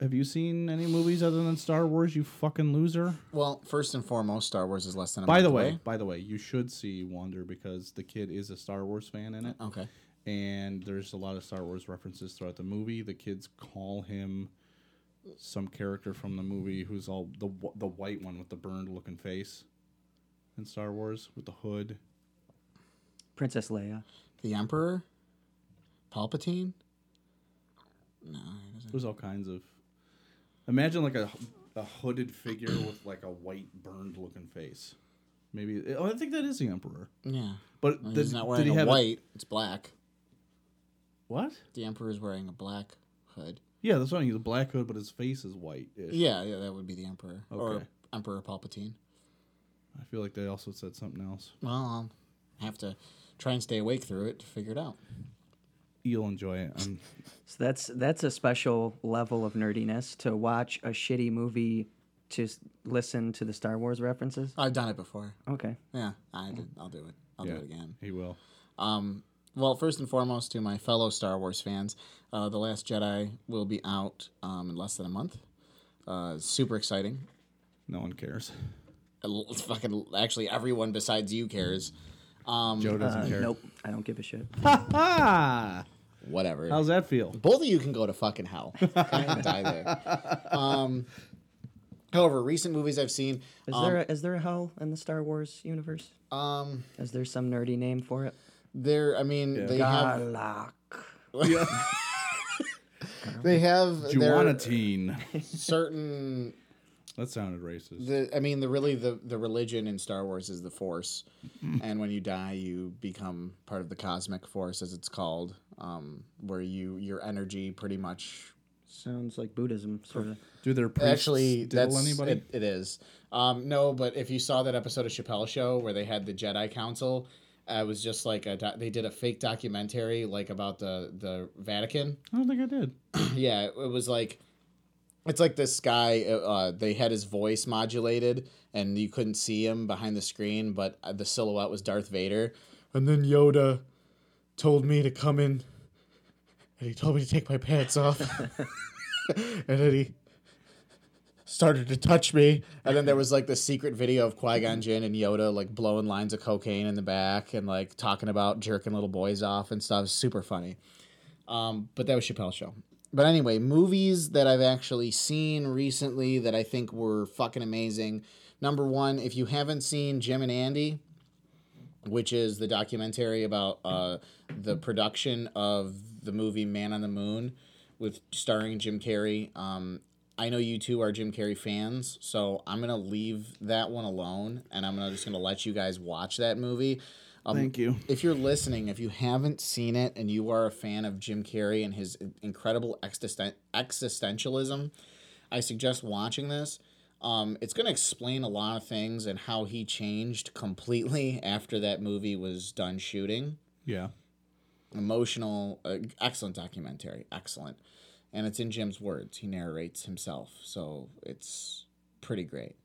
Speaker 3: have you seen any movies other than star wars you fucking loser
Speaker 4: Well, first and foremost, Star Wars is less than a
Speaker 3: by
Speaker 4: month
Speaker 3: the
Speaker 4: away.
Speaker 3: way by the way you should see wonder because the kid is a star wars fan in it
Speaker 4: Okay.
Speaker 3: and there's a lot of star wars references throughout the movie the kids call him some character from the movie who's all the wh- the white one with the burned looking face in star wars with the hood
Speaker 5: Princess Leia.
Speaker 4: The Emperor? Palpatine?
Speaker 3: There's all kinds of. Imagine like a, a hooded figure with like a white burned looking face. Maybe oh, I think that is the emperor.
Speaker 4: Yeah.
Speaker 3: But
Speaker 4: Well,
Speaker 3: did,
Speaker 4: he's not
Speaker 3: did he
Speaker 4: wearing a
Speaker 3: have
Speaker 4: white, it's black.
Speaker 3: what?
Speaker 4: The Emperor's wearing a black hood.
Speaker 3: Yeah, that's right. He's a black hood, but his face is white.
Speaker 4: Yeah, yeah, that would be the Emperor. Or
Speaker 3: Okay.
Speaker 4: Emperor Palpatine.
Speaker 3: I feel like they also said something else.
Speaker 4: Well, I'll have to try and stay awake through it to figure it out.
Speaker 3: You'll enjoy it. Um,
Speaker 5: So that's that's a special level of nerdiness to watch a shitty movie to s- listen to the Star Wars references.
Speaker 4: I've done it before.
Speaker 5: Okay.
Speaker 4: Yeah, I did. I'll do it. I'll
Speaker 3: yeah,
Speaker 4: do it again.
Speaker 3: He will.
Speaker 4: Um, well, first and foremost, to my fellow Star Wars fans, uh, The Last Jedi will be out um, in less than a month. Uh, super exciting.
Speaker 3: No one cares.
Speaker 4: It's Fucking, actually, everyone besides you cares. Um,
Speaker 3: Joe doesn't
Speaker 4: uh,
Speaker 3: care.
Speaker 5: Uh, Nope. I don't give a shit.
Speaker 3: Ah,
Speaker 4: Whatever.
Speaker 3: how's that feel?
Speaker 4: Both of you can go to fucking hell. and die there. Um, however, recent movies I've seen. uh,
Speaker 5: Is there a, is there a hell in the Star Wars universe?
Speaker 4: Um,
Speaker 5: Is there some nerdy name for it?
Speaker 4: there. I mean, they have.
Speaker 5: Alak.
Speaker 4: They have. Their
Speaker 3: Juanatine.
Speaker 4: certain.
Speaker 3: that sounded racist.
Speaker 4: The, I mean, the really the, the religion in Star Wars is the Force, and when you die, you become part of the cosmic force, as it's called, um, where you your energy pretty much
Speaker 5: Sounds like Buddhism, sort of.
Speaker 3: Do their priests
Speaker 4: actually
Speaker 3: diddle
Speaker 4: that's
Speaker 3: anybody?
Speaker 4: It, it is um, no but if you saw that episode of chappelle show where they had the jedi council uh, it was just like a doc- they did a fake documentary like about the the vatican
Speaker 3: I don't think I did.
Speaker 4: yeah it was like it's like this guy uh, uh, they had his voice modulated and you couldn't see him behind the screen but uh, the silhouette was darth vader and then yoda told me to come in and he told me to take my pants off and then he started to touch me and then there was like the secret video of Qui-Gon Jinn and Yoda like blowing lines of cocaine in the back and like talking about jerking little boys off and stuff super funny um, but that was Chappelle's show. But anyway, movies that I've actually seen recently that I think were fucking amazing. Number one, if you haven't seen Jim and Andy, which is the documentary about uh, the production of the movie Man on the Moon with starring Jim Carrey. Um, I know you two are Jim Carrey fans, so I'm gonna leave that one alone, and I'm gonna just gonna let you guys watch that movie. Um,
Speaker 3: Thank you.
Speaker 4: if you're listening, if you haven't seen it and you are a fan of Jim Carrey and his incredible existen- existentialism, I suggest watching this. Um, it's going to explain a lot of things and how he changed completely after that movie was done shooting.
Speaker 3: Yeah.
Speaker 4: Emotional, uh, excellent documentary, excellent. And it's in Jim's words. He narrates himself, so it's pretty great.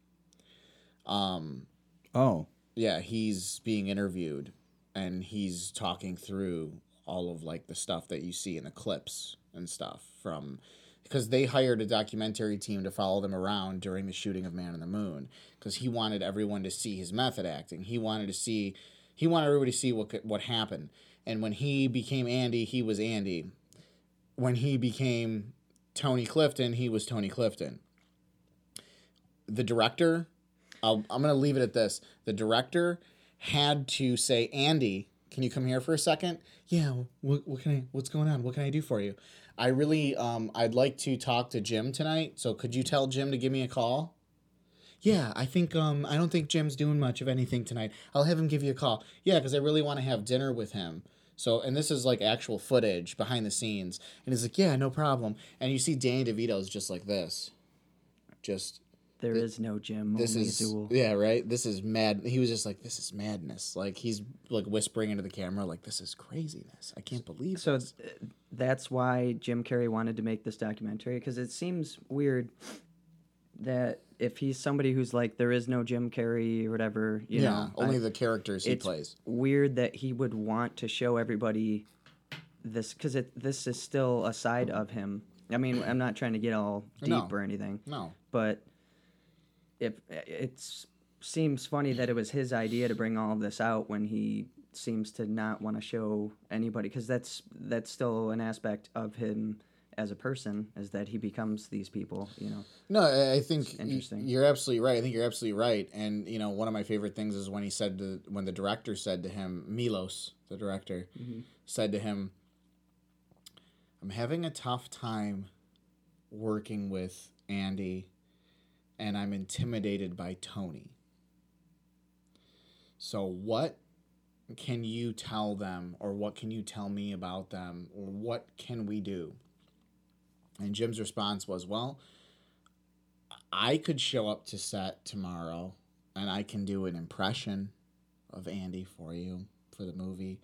Speaker 4: Um,
Speaker 3: Oh,
Speaker 4: yeah, he's being interviewed and he's talking through all of like the stuff that you see in the clips and stuff from because they hired a documentary team to follow them around during the shooting of Man on the Moon because he wanted everyone to see his method acting. He wanted to see he wanted everybody to see what could, what happened. And when he became Andy, he was Andy. When he became Tony Clifton, he was Tony Clifton. The director I'll, I'm going to leave it at this. The director had to say, Andy, can you come here for a second? Yeah. What, what can I? What's going on? What can I do for you? I really, um, I'd like to talk to Jim tonight. So could you tell Jim to give me a call? Yeah, I think um, I don't think Jim's doing much of anything tonight. I'll have him give you a call. Yeah, because I really want to have dinner with him. So, and this is like actual footage behind the scenes. And he's like, yeah, no problem. And you see Danny DeVito's just like this, just
Speaker 5: There is no Jim.
Speaker 4: this
Speaker 5: only
Speaker 4: is
Speaker 5: Zool.
Speaker 4: yeah right this is mad he was just like this is madness like he's like whispering into the camera like this is craziness i can't believe
Speaker 5: So
Speaker 4: this.
Speaker 5: th- that's why Jim Carrey wanted to make this documentary because it seems weird that if he's somebody who's like there is no Jim Carrey or whatever, you
Speaker 4: yeah
Speaker 5: know,
Speaker 4: only
Speaker 5: I-
Speaker 4: the characters he
Speaker 5: it's
Speaker 4: plays
Speaker 5: weird that he would want to show everybody this because it this is still a side of him. I mean, I'm not trying to get all deep
Speaker 4: No.
Speaker 5: or anything,
Speaker 4: no
Speaker 5: but if it's seems funny that it was his idea to bring all this out when he seems to not want to show anybody because that's that's still an aspect of him as a person is that he becomes these people you know
Speaker 4: No, I I think y-
Speaker 5: interesting.
Speaker 4: you're absolutely right. I think you're absolutely right. And you know, one of my favorite things is when he said to when the director said to him, Milos, the director, said to him, "I'm having a tough time working with Andy, and I'm intimidated by Tony. So what can you tell them, or what can you tell me about them, or what can we do?" And Jim's response was, "Well." I could show up to set tomorrow and I can do an impression of Andy for you for the movie.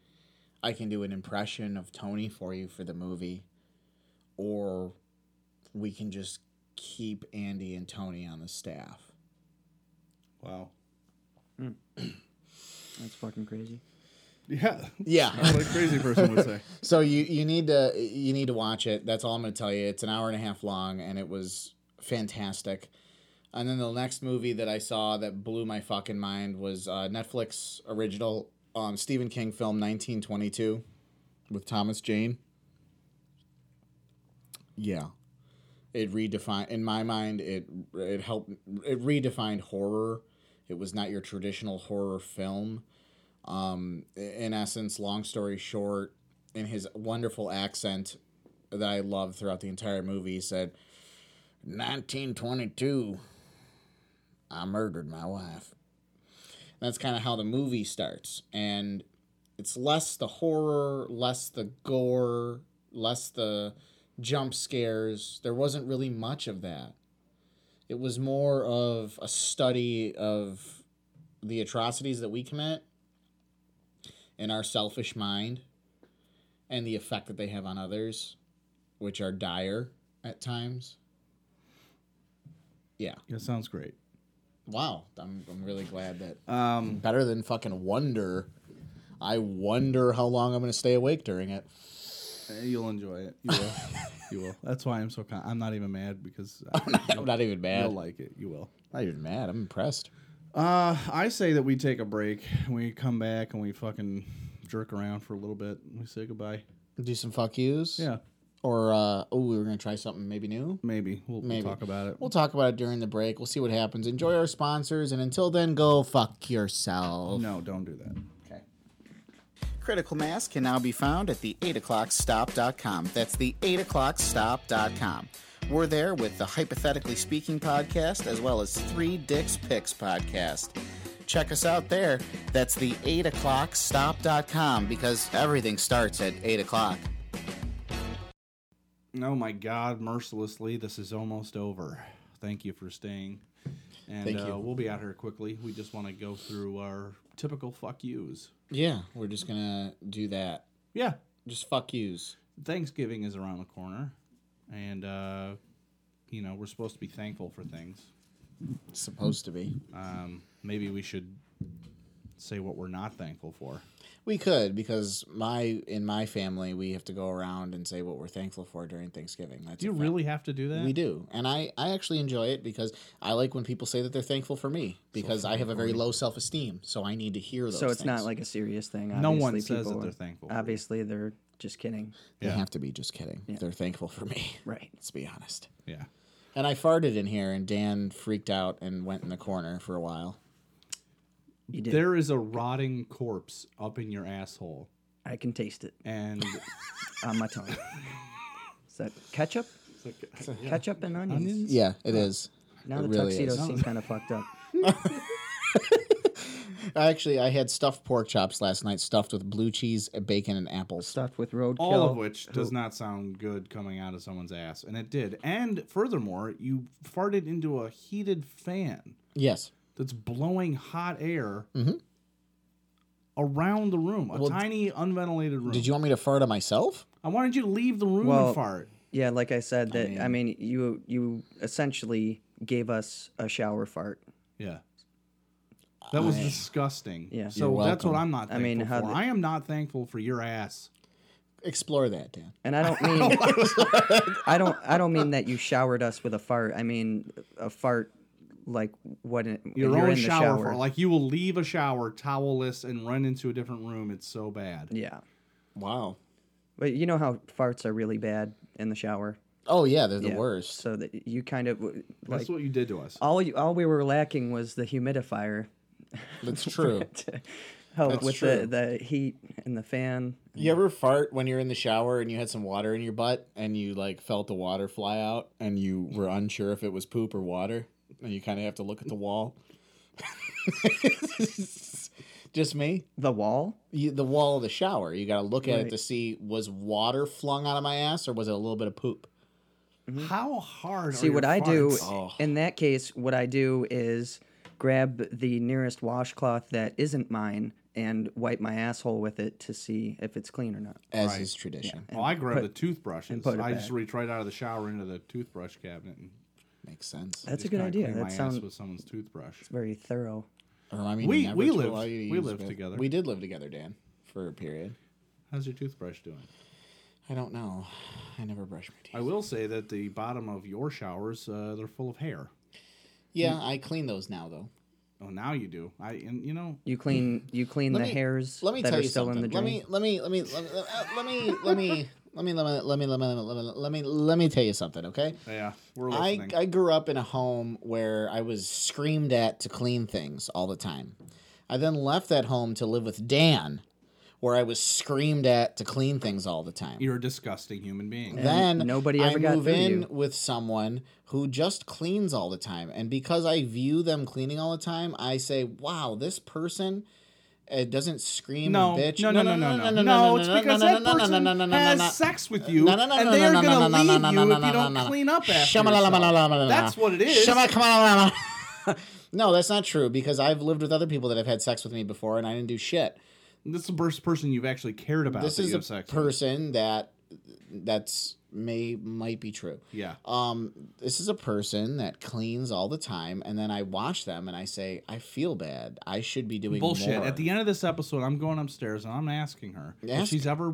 Speaker 4: I can do an impression of Tony for you for the movie. Or we can just keep Andy and Tony on the staff.
Speaker 3: wow.
Speaker 5: that's fucking crazy
Speaker 3: Yeah.
Speaker 4: Yeah.
Speaker 3: what a crazy person would say.
Speaker 4: So you you need to you need to watch it. That's all I'm going to tell you. It's an hour and a half long, and it was fantastic. And then the next movie that I saw that blew my fucking mind was uh, Netflix original um, Stephen King film 1922 with Thomas Jane. Yeah, it redefined in my mind. It it helped it redefined horror. It was not your traditional horror film um, in essence, long story short, in his wonderful accent that I love throughout the entire movie, he said, 1922, I murdered my wife. And that's kind of how the movie starts. And it's less the horror, less the gore, less the jump scares. There wasn't really much of that. It was more of a study of the atrocities that we commit in our selfish mind and the effect that they have on others, which are dire at times. Yeah.
Speaker 3: Yeah, sounds great.
Speaker 4: Wow. I'm, I'm really glad that
Speaker 3: Um,
Speaker 4: better than fucking wonder. I wonder how long I'm going to stay awake during it.
Speaker 3: you'll enjoy it. You will. you will. That's why I'm so. Con- I'm not even mad because I,
Speaker 4: I'm not even
Speaker 3: you'll
Speaker 4: mad.
Speaker 3: like it. You will.
Speaker 4: Not even mad. I'm impressed.
Speaker 3: Uh, I say that we take a break. We come back and we fucking jerk around for a little bit. We say goodbye.
Speaker 4: Do some fuck yous.
Speaker 3: Yeah,
Speaker 4: Or, uh, oh, we were going to try something maybe new.
Speaker 3: maybe we'll,
Speaker 4: Maybe.
Speaker 3: we'll talk about it.
Speaker 4: We'll talk about it during the break. We'll see what happens. Enjoy our sponsors. And until then, go fuck yourself.
Speaker 3: no, don't do that.
Speaker 4: Okay. Critical Mass can now be found at the 8o'clockstop.com. That's the 8o'clockstop.com. We're there with the Hypothetically Speaking podcast as well as Three Dicks Picks podcast. Check us out there. That's the 8o'clockstop.com because everything starts at 8 o'clock.
Speaker 3: Oh my God, mercilessly, this is almost over. Thank you for staying. And
Speaker 4: Thank
Speaker 3: uh,
Speaker 4: you.
Speaker 3: we'll be out here quickly. We just want to go through our typical fuck yous.
Speaker 4: Yeah, we're just going to do that.
Speaker 3: Yeah,
Speaker 4: Just fuck yous.
Speaker 3: Thanksgiving is around the corner. And, uh, you know, we're supposed to be thankful for things.
Speaker 4: Supposed to be.
Speaker 3: Um, maybe we should say what we're not thankful for.
Speaker 4: We could because my in my family we have to go around and say what we're thankful for during Thanksgiving. That's
Speaker 3: Do you
Speaker 4: a fa-
Speaker 3: really have to do that?
Speaker 4: We do, and I I actually enjoy it because I like when people say that they're thankful for me because I have a very low self esteem, so I need to hear those.
Speaker 5: So it's not
Speaker 4: things.
Speaker 5: like a serious thing.
Speaker 3: No one
Speaker 5: Obviously,
Speaker 3: says that
Speaker 5: people-
Speaker 3: they're thankful for you.
Speaker 5: Obviously, they're just kidding.
Speaker 4: they
Speaker 3: Yeah.
Speaker 4: have to be just kidding. They're thankful for me.
Speaker 5: Right.
Speaker 4: Let's be honest.
Speaker 3: Yeah.
Speaker 4: And I farted in here, and Dan freaked out and went in the corner for a while.
Speaker 5: You did.
Speaker 3: There is a rotting corpse up in your asshole.
Speaker 5: I can taste it
Speaker 3: And
Speaker 5: on my tongue. is that ketchup? Ketchup and onions.
Speaker 4: Yeah, it is.
Speaker 5: Now
Speaker 4: It
Speaker 5: the
Speaker 4: really
Speaker 5: tuxedos
Speaker 4: is.
Speaker 5: seem kind of fucked up.
Speaker 4: Actually, I had stuffed pork chops last night, stuffed with blue cheese, bacon, and apples.
Speaker 5: Stuffed with roadkill.
Speaker 3: all of which does not sound good coming out of someone's ass. And it did. And furthermore, you farted into a heated fan
Speaker 4: Yes.
Speaker 3: that's blowing hot air
Speaker 4: Mm-hmm.
Speaker 3: around the room, a tiny unventilated room.
Speaker 4: Did you want me to fart on myself?
Speaker 3: I wanted you to leave the room
Speaker 5: Well-
Speaker 3: and fart.
Speaker 5: Yeah, like I said, that I mean, you you essentially gave us a shower fart.
Speaker 3: Yeah. That was disgusting.
Speaker 5: Yeah.
Speaker 3: So
Speaker 4: You're
Speaker 3: that's what
Speaker 4: welcome.
Speaker 3: I'm not
Speaker 5: I
Speaker 3: thankful
Speaker 5: mean, how
Speaker 3: for.
Speaker 5: the-
Speaker 3: I am not thankful for your ass.
Speaker 4: Explore that, Dan.
Speaker 5: And I don't
Speaker 3: Oh,
Speaker 5: mean I don't I don't mean that you showered us with a fart. I mean a fart like what in,
Speaker 3: Your
Speaker 5: you're
Speaker 3: own
Speaker 5: in the
Speaker 3: shower,
Speaker 5: shower.
Speaker 3: fart. Like you will leave a shower towelless and run into a different room. It's so bad.
Speaker 5: yeah.
Speaker 4: Wow.
Speaker 5: But you know how farts are really bad in the shower.
Speaker 4: Oh yeah, they're the
Speaker 5: Yeah.
Speaker 4: worst.
Speaker 5: So that you kind of w-
Speaker 3: That's
Speaker 5: like
Speaker 3: what you did to us.
Speaker 5: all you, all we were lacking was the humidifier
Speaker 4: That's true.
Speaker 5: to help
Speaker 4: That's
Speaker 5: with
Speaker 4: true.
Speaker 5: the the heat and the fan.
Speaker 4: you ever fart when you're in the shower and you had some water in your butt and you like felt the water fly out and you were unsure if it was poop or water and you kind of have to look at the wall. Just me?
Speaker 5: The wall?
Speaker 4: You, the wall of the shower. You got to look at it
Speaker 5: Right.
Speaker 4: to see was water flung out of my ass or was it a little bit of poop?
Speaker 3: How hard?
Speaker 5: Hmm? See
Speaker 3: are
Speaker 5: what
Speaker 3: Oh, your
Speaker 5: I do
Speaker 3: farts?
Speaker 4: Oh.
Speaker 5: in that case. What I do is grab the nearest washcloth that isn't mine and wipe my asshole with it to see if it's clean or not.
Speaker 4: As is tradition.
Speaker 3: Well, Oh, I grabbed the toothbrushes.
Speaker 5: put it
Speaker 3: I just
Speaker 5: back.
Speaker 3: reached right out of the shower into the toothbrush cabinet. And
Speaker 4: Makes sense.
Speaker 5: That's a
Speaker 3: just
Speaker 5: good
Speaker 3: kinda
Speaker 5: idea.
Speaker 3: cleaned my
Speaker 5: That
Speaker 3: ass
Speaker 5: sounds
Speaker 3: with someone's toothbrush.
Speaker 5: very thorough.
Speaker 4: Or, I mean,
Speaker 3: We-
Speaker 4: never
Speaker 3: we
Speaker 4: to
Speaker 3: lived-
Speaker 4: allow you to
Speaker 3: we
Speaker 4: use
Speaker 3: lived
Speaker 4: both.
Speaker 3: together.
Speaker 4: We did live together, Dan, for a period.
Speaker 3: How's your toothbrush doing?
Speaker 4: I don't know. I never brush my teeth.
Speaker 3: I will say that the bottom of your showers, uh, they're full of hair.
Speaker 4: Yeah, I clean those now though.
Speaker 3: Oh, now you do. I and you know
Speaker 5: You clean you clean the hairs
Speaker 4: Let me
Speaker 5: that
Speaker 4: tell
Speaker 5: are
Speaker 4: you
Speaker 5: still in
Speaker 4: something.
Speaker 5: the drain.
Speaker 4: let me let me let me let me let me let me let me let me let me let me let me let me let me let me tell you something, okay?
Speaker 3: Yeah, we're
Speaker 4: I,
Speaker 3: listening.
Speaker 4: I grew up in a home where I was screamed at to clean things all the time. I then left that home to live with Dan, where I was screamed at to clean things all the time.
Speaker 3: You're a disgusting human being.
Speaker 4: then
Speaker 5: nobody ever
Speaker 4: I
Speaker 5: got
Speaker 4: move
Speaker 5: through
Speaker 4: in
Speaker 5: you.
Speaker 4: with someone who just cleans all the time, and because I view them cleaning all the time, I say, "Wow, this person." It doesn't scream
Speaker 3: no,
Speaker 4: and bitch.
Speaker 3: no, no, no, no, no, no, It's because that person has sex with you,
Speaker 4: No, no, no,
Speaker 3: and
Speaker 4: no,
Speaker 3: they are
Speaker 4: no, no,
Speaker 3: going
Speaker 4: no,
Speaker 3: to
Speaker 4: no,
Speaker 3: leave
Speaker 4: no,
Speaker 3: you
Speaker 4: no, no,
Speaker 3: if
Speaker 4: no,
Speaker 3: you don't
Speaker 4: no, no.
Speaker 3: clean up after
Speaker 4: Shamalalamalalamalala.
Speaker 3: yourself. That's what it is.
Speaker 4: Shamalalamalala. No, that's not true because I've lived with other people that have had sex with me before and I didn't do shit.
Speaker 3: This is the first person you've actually cared about.
Speaker 4: This
Speaker 3: that
Speaker 4: is
Speaker 3: you
Speaker 4: a
Speaker 3: have sex with.
Speaker 4: person that that's may might be true.
Speaker 3: Yeah.
Speaker 4: Um, this is a person that cleans all the time, and then I watch them and I say, I feel bad. I should be doing
Speaker 3: Bullshit.
Speaker 4: More.
Speaker 3: At the end of this episode, I'm going upstairs and I'm asking her if
Speaker 4: Ask
Speaker 3: she's ever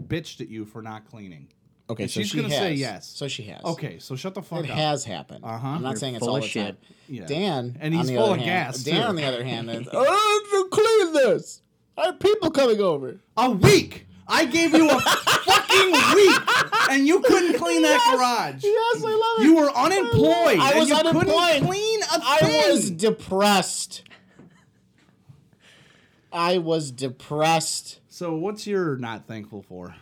Speaker 3: bitched at you for not cleaning.
Speaker 4: okay,
Speaker 3: and
Speaker 4: so
Speaker 3: she's
Speaker 4: she
Speaker 3: gonna
Speaker 4: has.
Speaker 3: say yes.
Speaker 4: So she has.
Speaker 3: Okay, so shut the fuck
Speaker 4: It
Speaker 3: up.
Speaker 4: has happened.
Speaker 3: Uh-huh.
Speaker 4: I'm not saying it's
Speaker 5: full
Speaker 4: all the
Speaker 5: of shit.
Speaker 4: time.
Speaker 3: Yeah.
Speaker 4: Dan,
Speaker 3: And
Speaker 4: on
Speaker 3: he's
Speaker 4: the
Speaker 3: full
Speaker 4: other
Speaker 3: of
Speaker 4: hand-
Speaker 3: gas,
Speaker 4: Dan,
Speaker 3: too.
Speaker 4: on the other hand, is, oh, you clean this. I have people coming over.
Speaker 3: a week. I gave you a fucking week, and you couldn't clean that garage.
Speaker 4: Yes, I love it.
Speaker 3: You were unemployed.
Speaker 4: I
Speaker 3: and
Speaker 4: was
Speaker 3: you
Speaker 4: unemployed.
Speaker 3: Couldn't clean a
Speaker 4: I
Speaker 3: thing.
Speaker 4: was depressed. I was depressed.
Speaker 3: So what's your not thankful for?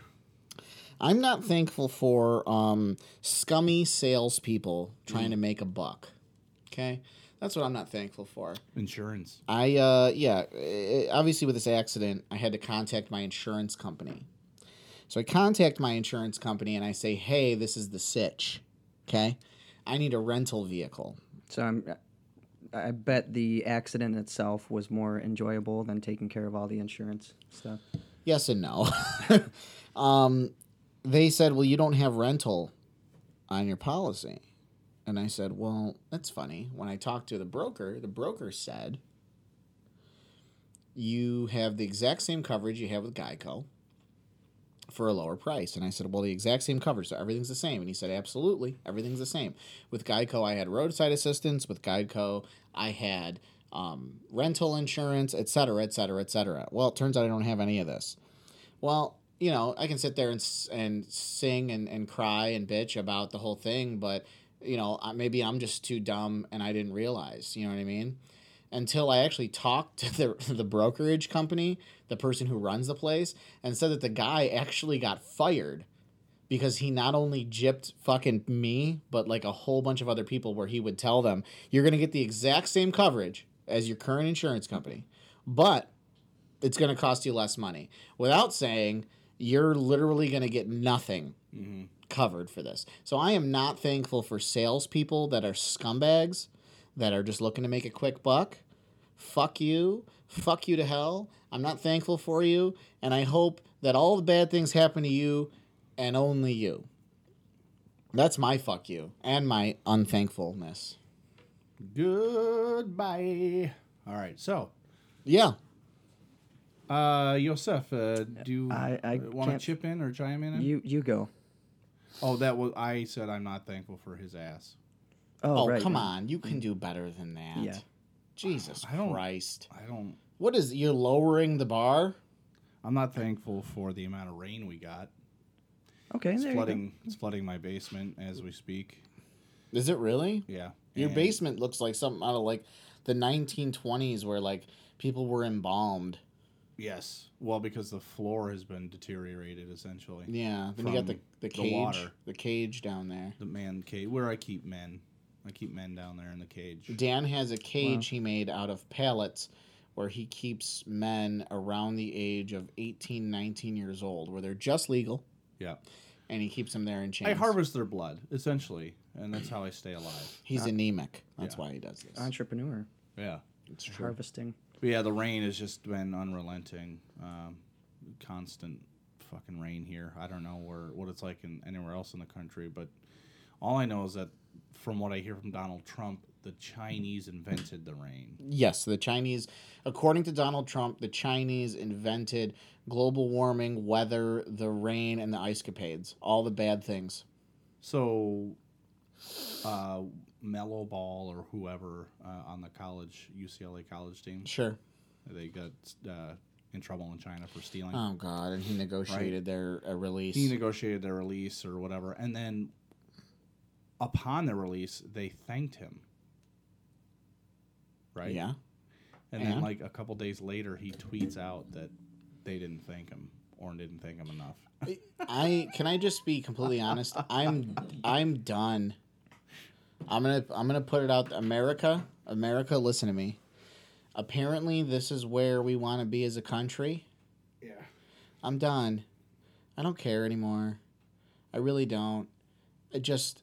Speaker 4: I'm not thankful for um, scummy salespeople trying to make a buck. Okay, that's what I'm not thankful for.
Speaker 3: Insurance.
Speaker 4: I uh, yeah, eh, obviously with this accident, I had to contact my insurance company. So I contact my insurance company and I say, "Hey, this is the sitch. Okay, I need a rental vehicle."
Speaker 5: So I'm. I bet the accident itself was more enjoyable than taking care of all the insurance stuff.
Speaker 4: Yes and no. um, they said, "Well, you don't have rental on your policy," and I said, "Well, that's funny." When I talked to the broker, the broker said, "You have the exact same coverage you have with Geico for a lower price." And I said, "Well, the exact same coverage, so everything's the same." And he said, "Absolutely, everything's the same." With Geico, I had roadside assistance. With Geico, I had um, rental insurance, et cetera, et cetera, et cetera. Well, it turns out I don't have any of this. Well, you know, I can sit there and s- and sing and, and cry and bitch about the whole thing, but you know, I- maybe I'm just too dumb and I didn't realize. You know what I mean? Until I actually talked to the the brokerage company, the person who runs the place, and said that the guy actually got fired because he not only gypped fucking me, but like a whole bunch of other people where he would tell them, you're going to get the exact same coverage as your current insurance company, but it's going to cost you less money without saying you're literally going to get nothing covered for this. So I am not thankful for salespeople that are scumbags that are just looking to make a quick buck. Fuck you. Fuck you to hell. I'm not thankful for you. And I hope that all the bad things happen to you and only you. That's my fuck you and my unthankfulness.
Speaker 3: Goodbye. All right. So,
Speaker 4: Yeah.
Speaker 3: uh, Yosef, uh, do you
Speaker 5: I- I
Speaker 3: want to
Speaker 5: can't-
Speaker 3: chip in or chime in?
Speaker 5: You you go.
Speaker 3: oh, that was I said I'm not thankful for his ass.
Speaker 5: Oh,
Speaker 4: Oh,
Speaker 5: right.
Speaker 4: come on. You can do better than that.
Speaker 5: Yeah.
Speaker 4: Jesus
Speaker 3: I don't-
Speaker 4: Christ.
Speaker 3: I don't.
Speaker 4: What is you're lowering the bar?
Speaker 3: I'm not thankful for the amount of rain we got.
Speaker 5: Okay,
Speaker 3: It's
Speaker 5: there you
Speaker 3: flooding. It's flooding my basement as we speak.
Speaker 4: Is it really?
Speaker 3: Yeah.
Speaker 4: Your
Speaker 3: and-
Speaker 4: basement looks like something out of like the 1920s where like people were embalmed.
Speaker 3: Yes. Well, because the floor has been deteriorated essentially.
Speaker 4: Yeah. Then you got the
Speaker 3: From
Speaker 4: the
Speaker 3: the
Speaker 4: cage, the,
Speaker 3: water.
Speaker 4: cage down there.
Speaker 3: The man cage where I keep men. I keep men down there in the cage.
Speaker 4: Dan has a cage he made out of pallets where he keeps men around the age of 18, 19 years old where they're just legal
Speaker 3: yeah.
Speaker 4: and he keeps them there in chains.
Speaker 3: I harvest their blood essentially, and that's how I stay alive.
Speaker 4: He's anemic. That's
Speaker 3: yeah.
Speaker 4: why he does this.
Speaker 5: go. Entrepreneur
Speaker 3: Yeah.
Speaker 4: It's true.
Speaker 5: harvesting.
Speaker 3: But yeah, the rain has just been unrelenting, um, constant fucking rain here. I don't know where what it's like in anywhere else in the country, but all I know is that from what I hear from Donald Trump, the Chinese invented the rain.
Speaker 4: Yes, the Chinese, according to Donald Trump, the Chinese invented global warming, weather, the rain, and the ice capades. All the bad things.
Speaker 3: So, uh, Mellow Ball or whoever uh, on the college UCLA college team,
Speaker 4: Sure.
Speaker 3: they got uh, in trouble in China for stealing.
Speaker 4: Oh, God. And he negotiated their uh, release.
Speaker 3: he negotiated their release or whatever, and then upon their release, they thanked him. Right.
Speaker 4: Yeah.
Speaker 3: And then,
Speaker 4: and?
Speaker 3: like a couple days later, he tweets out that they didn't thank him or didn't thank him enough.
Speaker 4: I can I just be completely honest? I'm I'm done. I'm gonna I'm gonna put it out. America, America, listen to me. Apparently, this is where we want to be as a country.
Speaker 3: Yeah.
Speaker 4: I'm done. I don't care anymore. I really don't. I just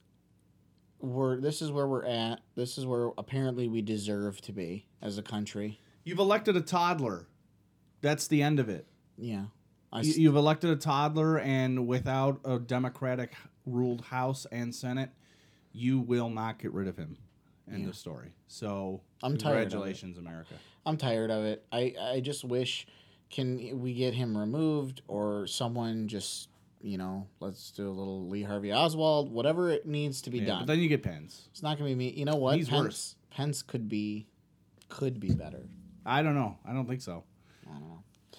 Speaker 4: we're this is where we're at. This is where apparently we deserve to be as a country.
Speaker 3: You've elected a toddler. That's the end of it.
Speaker 4: Yeah. I
Speaker 3: You-
Speaker 4: s-
Speaker 3: You've elected a toddler, and without a Democratic ruled House and Senate, you will not get rid of him. End of story. So,
Speaker 4: I'm tired of it.
Speaker 3: congratulations, America.
Speaker 4: I'm tired of it. I I just wish can we get him removed or someone just you know let's do a little Lee Harvey Oswald whatever it needs to be
Speaker 3: Yeah,
Speaker 4: done.
Speaker 3: but then you get pens.
Speaker 4: it's not gonna be me. You know what?
Speaker 3: He's
Speaker 4: Pence,
Speaker 3: worse.
Speaker 4: Pence could be could be better.
Speaker 3: I don't know. I don't think so.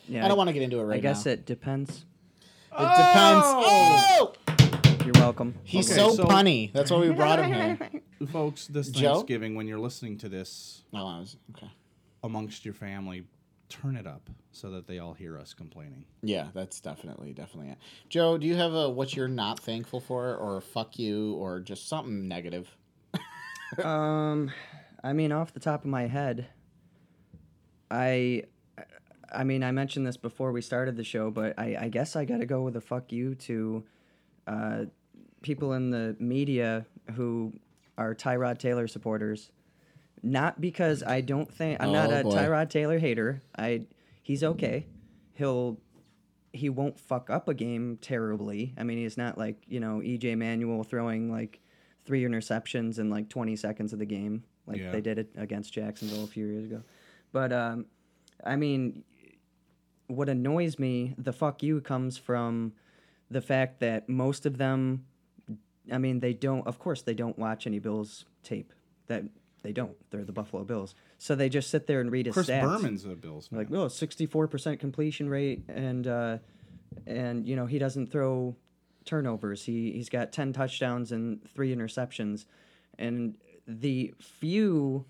Speaker 5: Yeah,
Speaker 4: I don't want to get into it right
Speaker 5: I guess
Speaker 4: now.
Speaker 5: it depends.
Speaker 4: It depends. Oh!
Speaker 5: You're welcome.
Speaker 4: He's
Speaker 3: Okay,
Speaker 4: so,
Speaker 3: so-
Speaker 4: punny. That's why we brought him here.
Speaker 3: Folks, this
Speaker 4: Joe?
Speaker 3: Thanksgiving, when you're listening to this
Speaker 4: No, I was okay.
Speaker 3: amongst your family, turn it up so that they all hear us complaining.
Speaker 4: Yeah, that's definitely definitely it. Joe, do you have a what you're not thankful for, or a fuck you, or just something negative?
Speaker 5: Um, I mean, off the top of my head, I, I mean, I mentioned this before we started the show, but I, I guess I got to go with a fuck you to, uh, people in the media who are Tyrod Taylor supporters. Not because I don't think I'm not
Speaker 4: Oh,
Speaker 5: a
Speaker 4: boy.
Speaker 5: Tyrod Taylor hater. I he's okay. He'll he won't fuck up a game terribly. I mean, he's not like, you know, EJ Manuel throwing like three interceptions in like 20 seconds of the game, like
Speaker 3: Yeah.
Speaker 5: they did it against Jacksonville a few years ago. But, um, I mean, what annoys me, the fuck you comes from the fact that most of them, I mean, they don't, of course, they don't watch any Bills tape. That they don't. They're the Buffalo Bills. So they just sit there and read his
Speaker 3: Chris
Speaker 5: stats
Speaker 3: Berman's a Bills fan.
Speaker 5: like oh 64% completion rate and uh and you know he doesn't throw turnovers he he's got 10 touchdowns and 3 interceptions and the few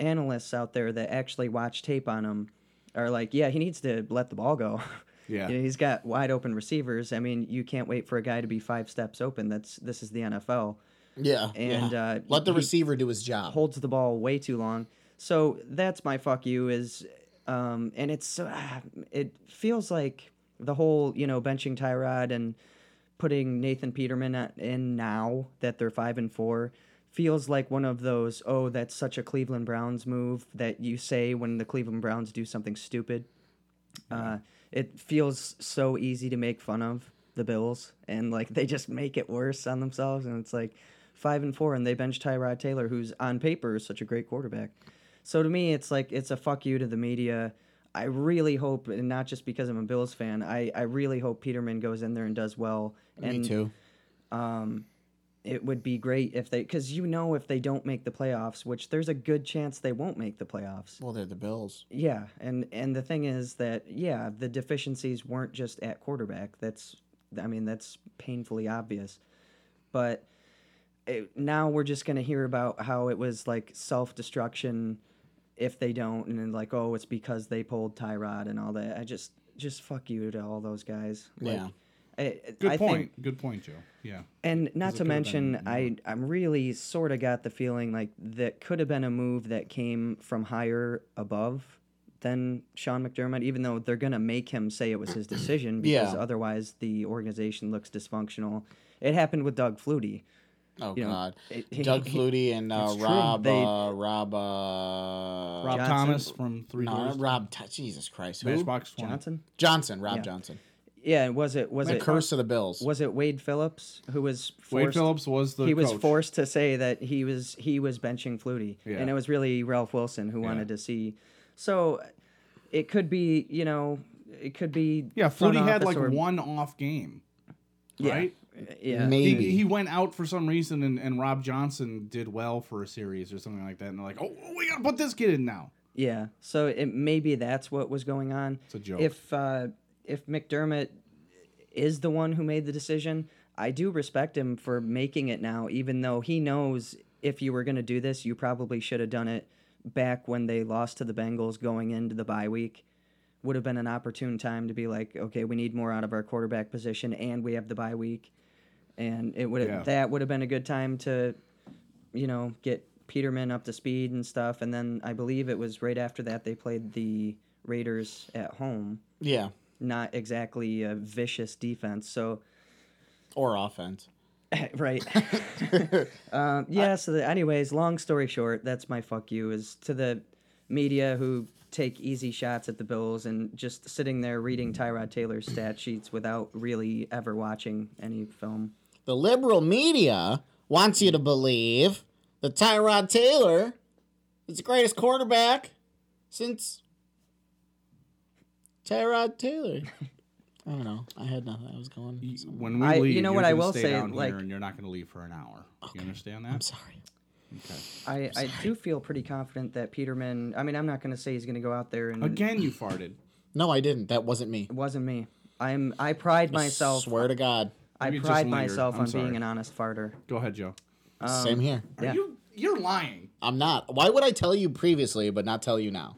Speaker 5: analysts out there that actually watch tape on him are like yeah he needs to let the ball go
Speaker 3: Yeah.
Speaker 5: You know, he's got wide open receivers i mean you can't wait for a guy to be five steps open that's this is the nfl
Speaker 4: Yeah,
Speaker 5: And,
Speaker 4: yeah.
Speaker 5: uh,
Speaker 4: let the
Speaker 5: he-
Speaker 4: receiver do his job.
Speaker 5: holds the ball way too long. So that's my fuck you is, um, and it's so ah, it feels like the whole you know benching Tyrod and putting Nathan Peterman at, in now that they're five and four feels like one of those oh that's such a Cleveland Browns move that you say when the Cleveland Browns do something stupid. Uh, it feels so easy to make fun of the Bills, and like they just make it worse on themselves. And it's like five and four, and they bench Tyrod Taylor, who's on paper is such a great quarterback. So to me, it's like it's a fuck you to the media. I really hope, and not just because I'm a Bills fan, I, I really hope Peterman goes in there and does well. And
Speaker 4: Me too.
Speaker 5: it would be great if they, because you know, if they don't make the playoffs, which there's a good chance they won't make the playoffs.
Speaker 4: Well, they're the Bills.
Speaker 5: Yeah, and and the thing is that yeah, the deficiencies weren't just at quarterback. That's I mean that's painfully obvious, but it, now we're just gonna hear about how it was like self destruction if they don't, and then like oh it's because they pulled Tyrod and all that. I just just fuck you to all those guys. Like,
Speaker 4: Yeah.
Speaker 5: I- I,
Speaker 3: Good
Speaker 5: I
Speaker 3: point.
Speaker 5: Think,
Speaker 3: Good point, Joe. Yeah.
Speaker 5: and not
Speaker 3: it
Speaker 5: to
Speaker 3: could've
Speaker 5: mention,
Speaker 3: been
Speaker 5: I I'm really sort of got the feeling like that could have been a move that came from higher above than Sean McDermott, even though they're gonna make him say it was his decision because
Speaker 4: Yeah.
Speaker 5: otherwise the organization looks dysfunctional. It happened with Doug Flutie.
Speaker 4: Oh
Speaker 5: You know,
Speaker 4: God,
Speaker 5: it-
Speaker 4: Doug Flutie and uh,
Speaker 5: true.
Speaker 4: Rob,
Speaker 5: They-
Speaker 4: uh, Rob, uh,
Speaker 3: Rob
Speaker 5: Johnson-
Speaker 3: Thomas from Three
Speaker 4: no,
Speaker 3: Doors.
Speaker 4: Rob, T- Jesus Christ, who?
Speaker 3: Matchbox 20.
Speaker 5: Johnson.
Speaker 4: Johnson, Rob Johnson,
Speaker 5: Yeah, and was it was
Speaker 4: the
Speaker 5: it
Speaker 4: curse of the Bills.
Speaker 5: was it Wade Phillips who was forced,
Speaker 3: Wade Phillips was the
Speaker 5: he was
Speaker 3: coach.
Speaker 5: forced to say that he was he was benching Flutie,
Speaker 3: Yeah.
Speaker 5: and it was really Ralph Wilson who wanted to see. So it could be you know it could be
Speaker 3: Yeah,
Speaker 5: front
Speaker 3: Flutie had like
Speaker 5: office or-
Speaker 3: one off game.
Speaker 5: Yeah.
Speaker 3: Right?
Speaker 5: yeah
Speaker 3: He,
Speaker 4: Maybe
Speaker 3: he went out for some reason and, and Rob Johnson did well for a series or something like that. And they're like, oh, we got to put this kid in now.
Speaker 5: yeah. So it maybe that's what was going on. It's
Speaker 3: a joke.
Speaker 5: If uh, if McDermott is the one who made the decision, I do respect him for making it now, even though he knows if you were going to do this, you probably should have done it back when they lost to the Bengals going into the bye week. Would have been an opportune time to be like, okay, we need more out of our quarterback position, and we have the bye week, and it would have
Speaker 3: Yeah.
Speaker 5: that would have been a good time to, you know, get Peterman up to speed and stuff. And then I believe it was right after that they played the Raiders at home
Speaker 4: yeah,
Speaker 5: not exactly a vicious defense. So,
Speaker 4: or offense.
Speaker 5: right. um, yeah. so, the, anyways, long story short, that's my fuck you is to the media who take easy shots at the Bills and just sitting there reading Tyrod Taylor's stat sheets without really ever watching any film.
Speaker 4: The liberal media wants you to believe that Tyrod Taylor is the greatest quarterback since Tyrod Taylor. I don't know. I had nothing. I was going.
Speaker 3: When we
Speaker 5: I- you
Speaker 3: leave,
Speaker 5: know
Speaker 3: you're
Speaker 5: what I
Speaker 3: gonna
Speaker 5: will
Speaker 3: stay
Speaker 5: say,
Speaker 3: down
Speaker 5: like-
Speaker 3: here and you're not going to leave for an hour. You understand
Speaker 4: I'm
Speaker 3: that?
Speaker 4: sorry.
Speaker 5: I, I do feel pretty confident that Peterman, I mean, I'm not going to say he's going to go out there and
Speaker 3: Again, you farted.
Speaker 4: No, I didn't. That wasn't me.
Speaker 5: it wasn't me. I'm I pride myself
Speaker 4: Swear to God.
Speaker 5: I
Speaker 3: Maybe it just
Speaker 5: pride
Speaker 3: lingered.
Speaker 5: myself
Speaker 3: I'm
Speaker 5: on
Speaker 3: sorry.
Speaker 5: being an honest farter.
Speaker 3: Go ahead, Joe.
Speaker 5: Um,
Speaker 4: Same here.
Speaker 5: yeah.
Speaker 3: You, you're lying.
Speaker 4: I'm not. Why would I tell you previously but not tell you now?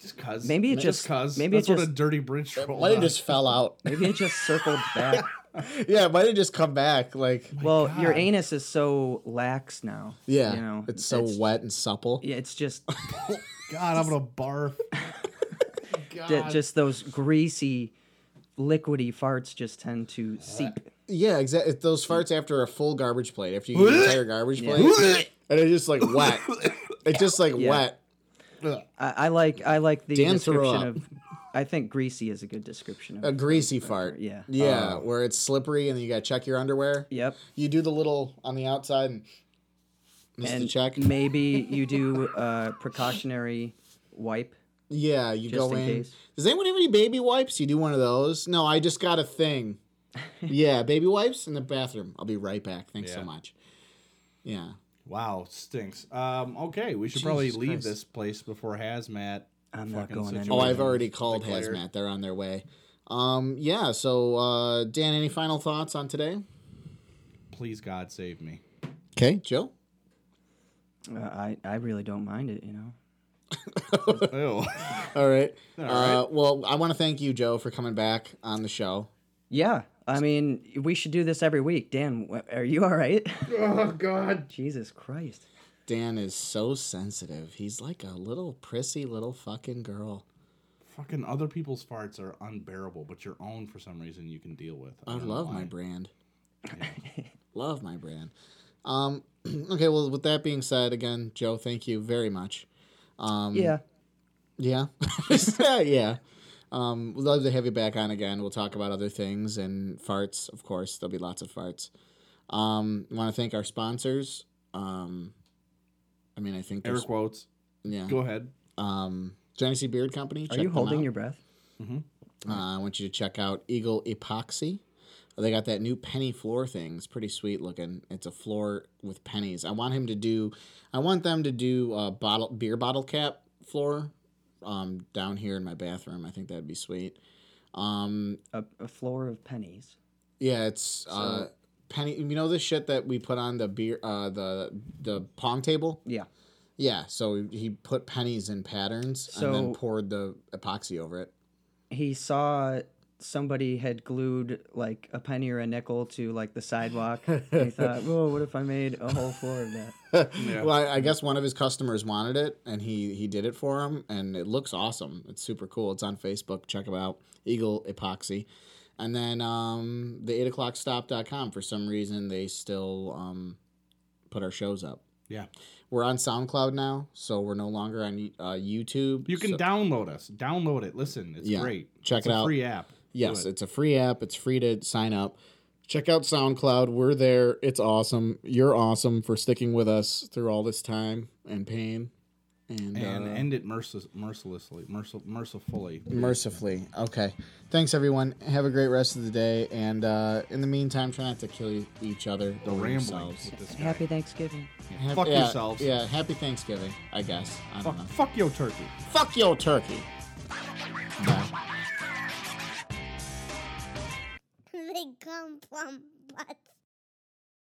Speaker 3: Just cause.
Speaker 5: Maybe it
Speaker 3: just
Speaker 5: just-
Speaker 3: cause.
Speaker 5: maybe it
Speaker 3: That's what
Speaker 5: just-
Speaker 3: a dirty bridge troll.
Speaker 4: Might have
Speaker 3: does.
Speaker 4: just fell out.
Speaker 5: Maybe it just circled back.
Speaker 4: yeah, it might have just come back. Like,
Speaker 5: well, your
Speaker 3: Oh God.
Speaker 5: anus is so lax now.
Speaker 4: yeah,
Speaker 5: you know,
Speaker 4: it's so wet and supple.
Speaker 5: Yeah, it's just
Speaker 3: God, I'm gonna barf.
Speaker 5: ju- just those greasy, liquidy farts just tend to seep.
Speaker 4: Yeah, exactly. Those farts after a full garbage plate, after you get an entire garbage plate, and it's just like wet. It's just like
Speaker 5: Yeah.
Speaker 4: wet.
Speaker 5: I, I like I like the
Speaker 4: Dan threw
Speaker 5: description
Speaker 4: up. Uh,
Speaker 5: of. I think greasy is a good description of.
Speaker 4: A greasy fart.
Speaker 5: Yeah.
Speaker 4: Yeah, where it's slippery and then you gotta check your underwear.
Speaker 5: Yep.
Speaker 4: You do the little on the outside and just to
Speaker 5: and
Speaker 4: check.
Speaker 5: maybe you do a precautionary wipe.
Speaker 4: Yeah, you
Speaker 5: Just
Speaker 4: go
Speaker 5: in
Speaker 4: in.
Speaker 5: case.
Speaker 4: Does anyone have any baby wipes? You do one of those? No, I just got a thing. yeah, baby wipes in the bathroom. I'll be right back. Thanks so
Speaker 3: Yeah.
Speaker 4: much. Yeah.
Speaker 3: Wow, stinks. Um, okay, we should probably
Speaker 4: Jesus
Speaker 3: leave
Speaker 4: Christ.
Speaker 3: this place before hazmat.
Speaker 5: I'm not
Speaker 3: fucking
Speaker 5: going
Speaker 3: situation-
Speaker 5: anywhere.
Speaker 4: Oh, I've already called
Speaker 3: Like later.
Speaker 4: hazmat. They're on their way. Um, yeah. So, uh, Dan, any final thoughts on today?
Speaker 3: Please, God, save me.
Speaker 4: Okay, Joe.
Speaker 5: Uh, I I really don't mind it. You know.
Speaker 3: Ew.
Speaker 4: All right.
Speaker 3: right.
Speaker 4: Uh, well, I want to thank you, Joe, for coming back on the show.
Speaker 5: Yeah. I mean, we should do this every week. Dan, wh- are you all right?
Speaker 3: oh God.
Speaker 5: Jesus Christ.
Speaker 4: Dan is so sensitive. He's like a little prissy little fucking girl.
Speaker 3: Fucking other people's farts are unbearable, but your own for some reason you can deal with.
Speaker 4: I
Speaker 3: don't know
Speaker 4: love
Speaker 3: why.
Speaker 4: my brand. love my brand. Um, okay. Well, with that being said, again, Joe, thank you very much. Um,
Speaker 5: Yeah.
Speaker 4: Yeah. yeah. Um, we'd love to have you back on again. We'll talk about other things and farts, of course. There'll be lots of farts. Um, want to thank our sponsors. Um, I mean, I think there's
Speaker 3: Air quotes.
Speaker 4: yeah.
Speaker 3: Go ahead.
Speaker 4: Um, Genesee Beard Company.
Speaker 5: Are you holding your breath?
Speaker 4: Uh, I want you to check out Eagle Epoxy. They got that new penny floor thing. It's pretty sweet looking. It's a floor with pennies. I want him to do. I want them to do a bottle beer bottle cap floor um, down here in my bathroom. I think that'd be sweet. Um,
Speaker 5: A, a floor of pennies.
Speaker 4: yeah, it's uh, penny. You know the shit that we put on the beer uh, the the pong table.
Speaker 5: Yeah.
Speaker 4: Yeah, so he put pennies in patterns and then
Speaker 5: So-
Speaker 4: poured the epoxy over it.
Speaker 5: He saw somebody had glued like a penny or a nickel to like the sidewalk. and he thought, whoa, what if I made a whole floor of that?
Speaker 4: Well, I, I guess one of his customers wanted it, and he he did it for him, and it looks awesome. It's super cool. It's on Facebook. Check them out. Eagle Epoxy, and then um, the eight o'clock stop.com. For some reason, they still um, put our shows up.
Speaker 3: Yeah.
Speaker 4: We're on SoundCloud now, so we're no longer on uh, YouTube.
Speaker 3: You can
Speaker 4: so-
Speaker 3: download us. Download it. Listen, it's
Speaker 4: Yeah.
Speaker 3: great.
Speaker 4: Check
Speaker 3: it's
Speaker 4: it
Speaker 3: a
Speaker 4: out.
Speaker 3: Free app. Do
Speaker 4: Yes,
Speaker 3: it.
Speaker 4: it's a free app. It's free to sign up. Check out SoundCloud. We're there. It's awesome. You're awesome for sticking with us through all this time and pain. And,
Speaker 3: and
Speaker 4: uh,
Speaker 3: end it mercil- mercilessly, mercil- mercifully.
Speaker 4: mercifully. Okay. Thanks, everyone. Have a great rest of the day. And uh, in the meantime, try not to kill each other.
Speaker 3: The
Speaker 4: or
Speaker 3: rambling.
Speaker 4: yourselves.
Speaker 5: Happy Thanksgiving.
Speaker 4: Hap-
Speaker 3: Fuck
Speaker 4: yeah,
Speaker 3: yourselves.
Speaker 4: Yeah. Happy Thanksgiving. I guess. I don't
Speaker 3: Fuck,
Speaker 4: know.
Speaker 3: fuck yo turkey.
Speaker 4: Fuck your turkey. Bye.
Speaker 6: they come from butts.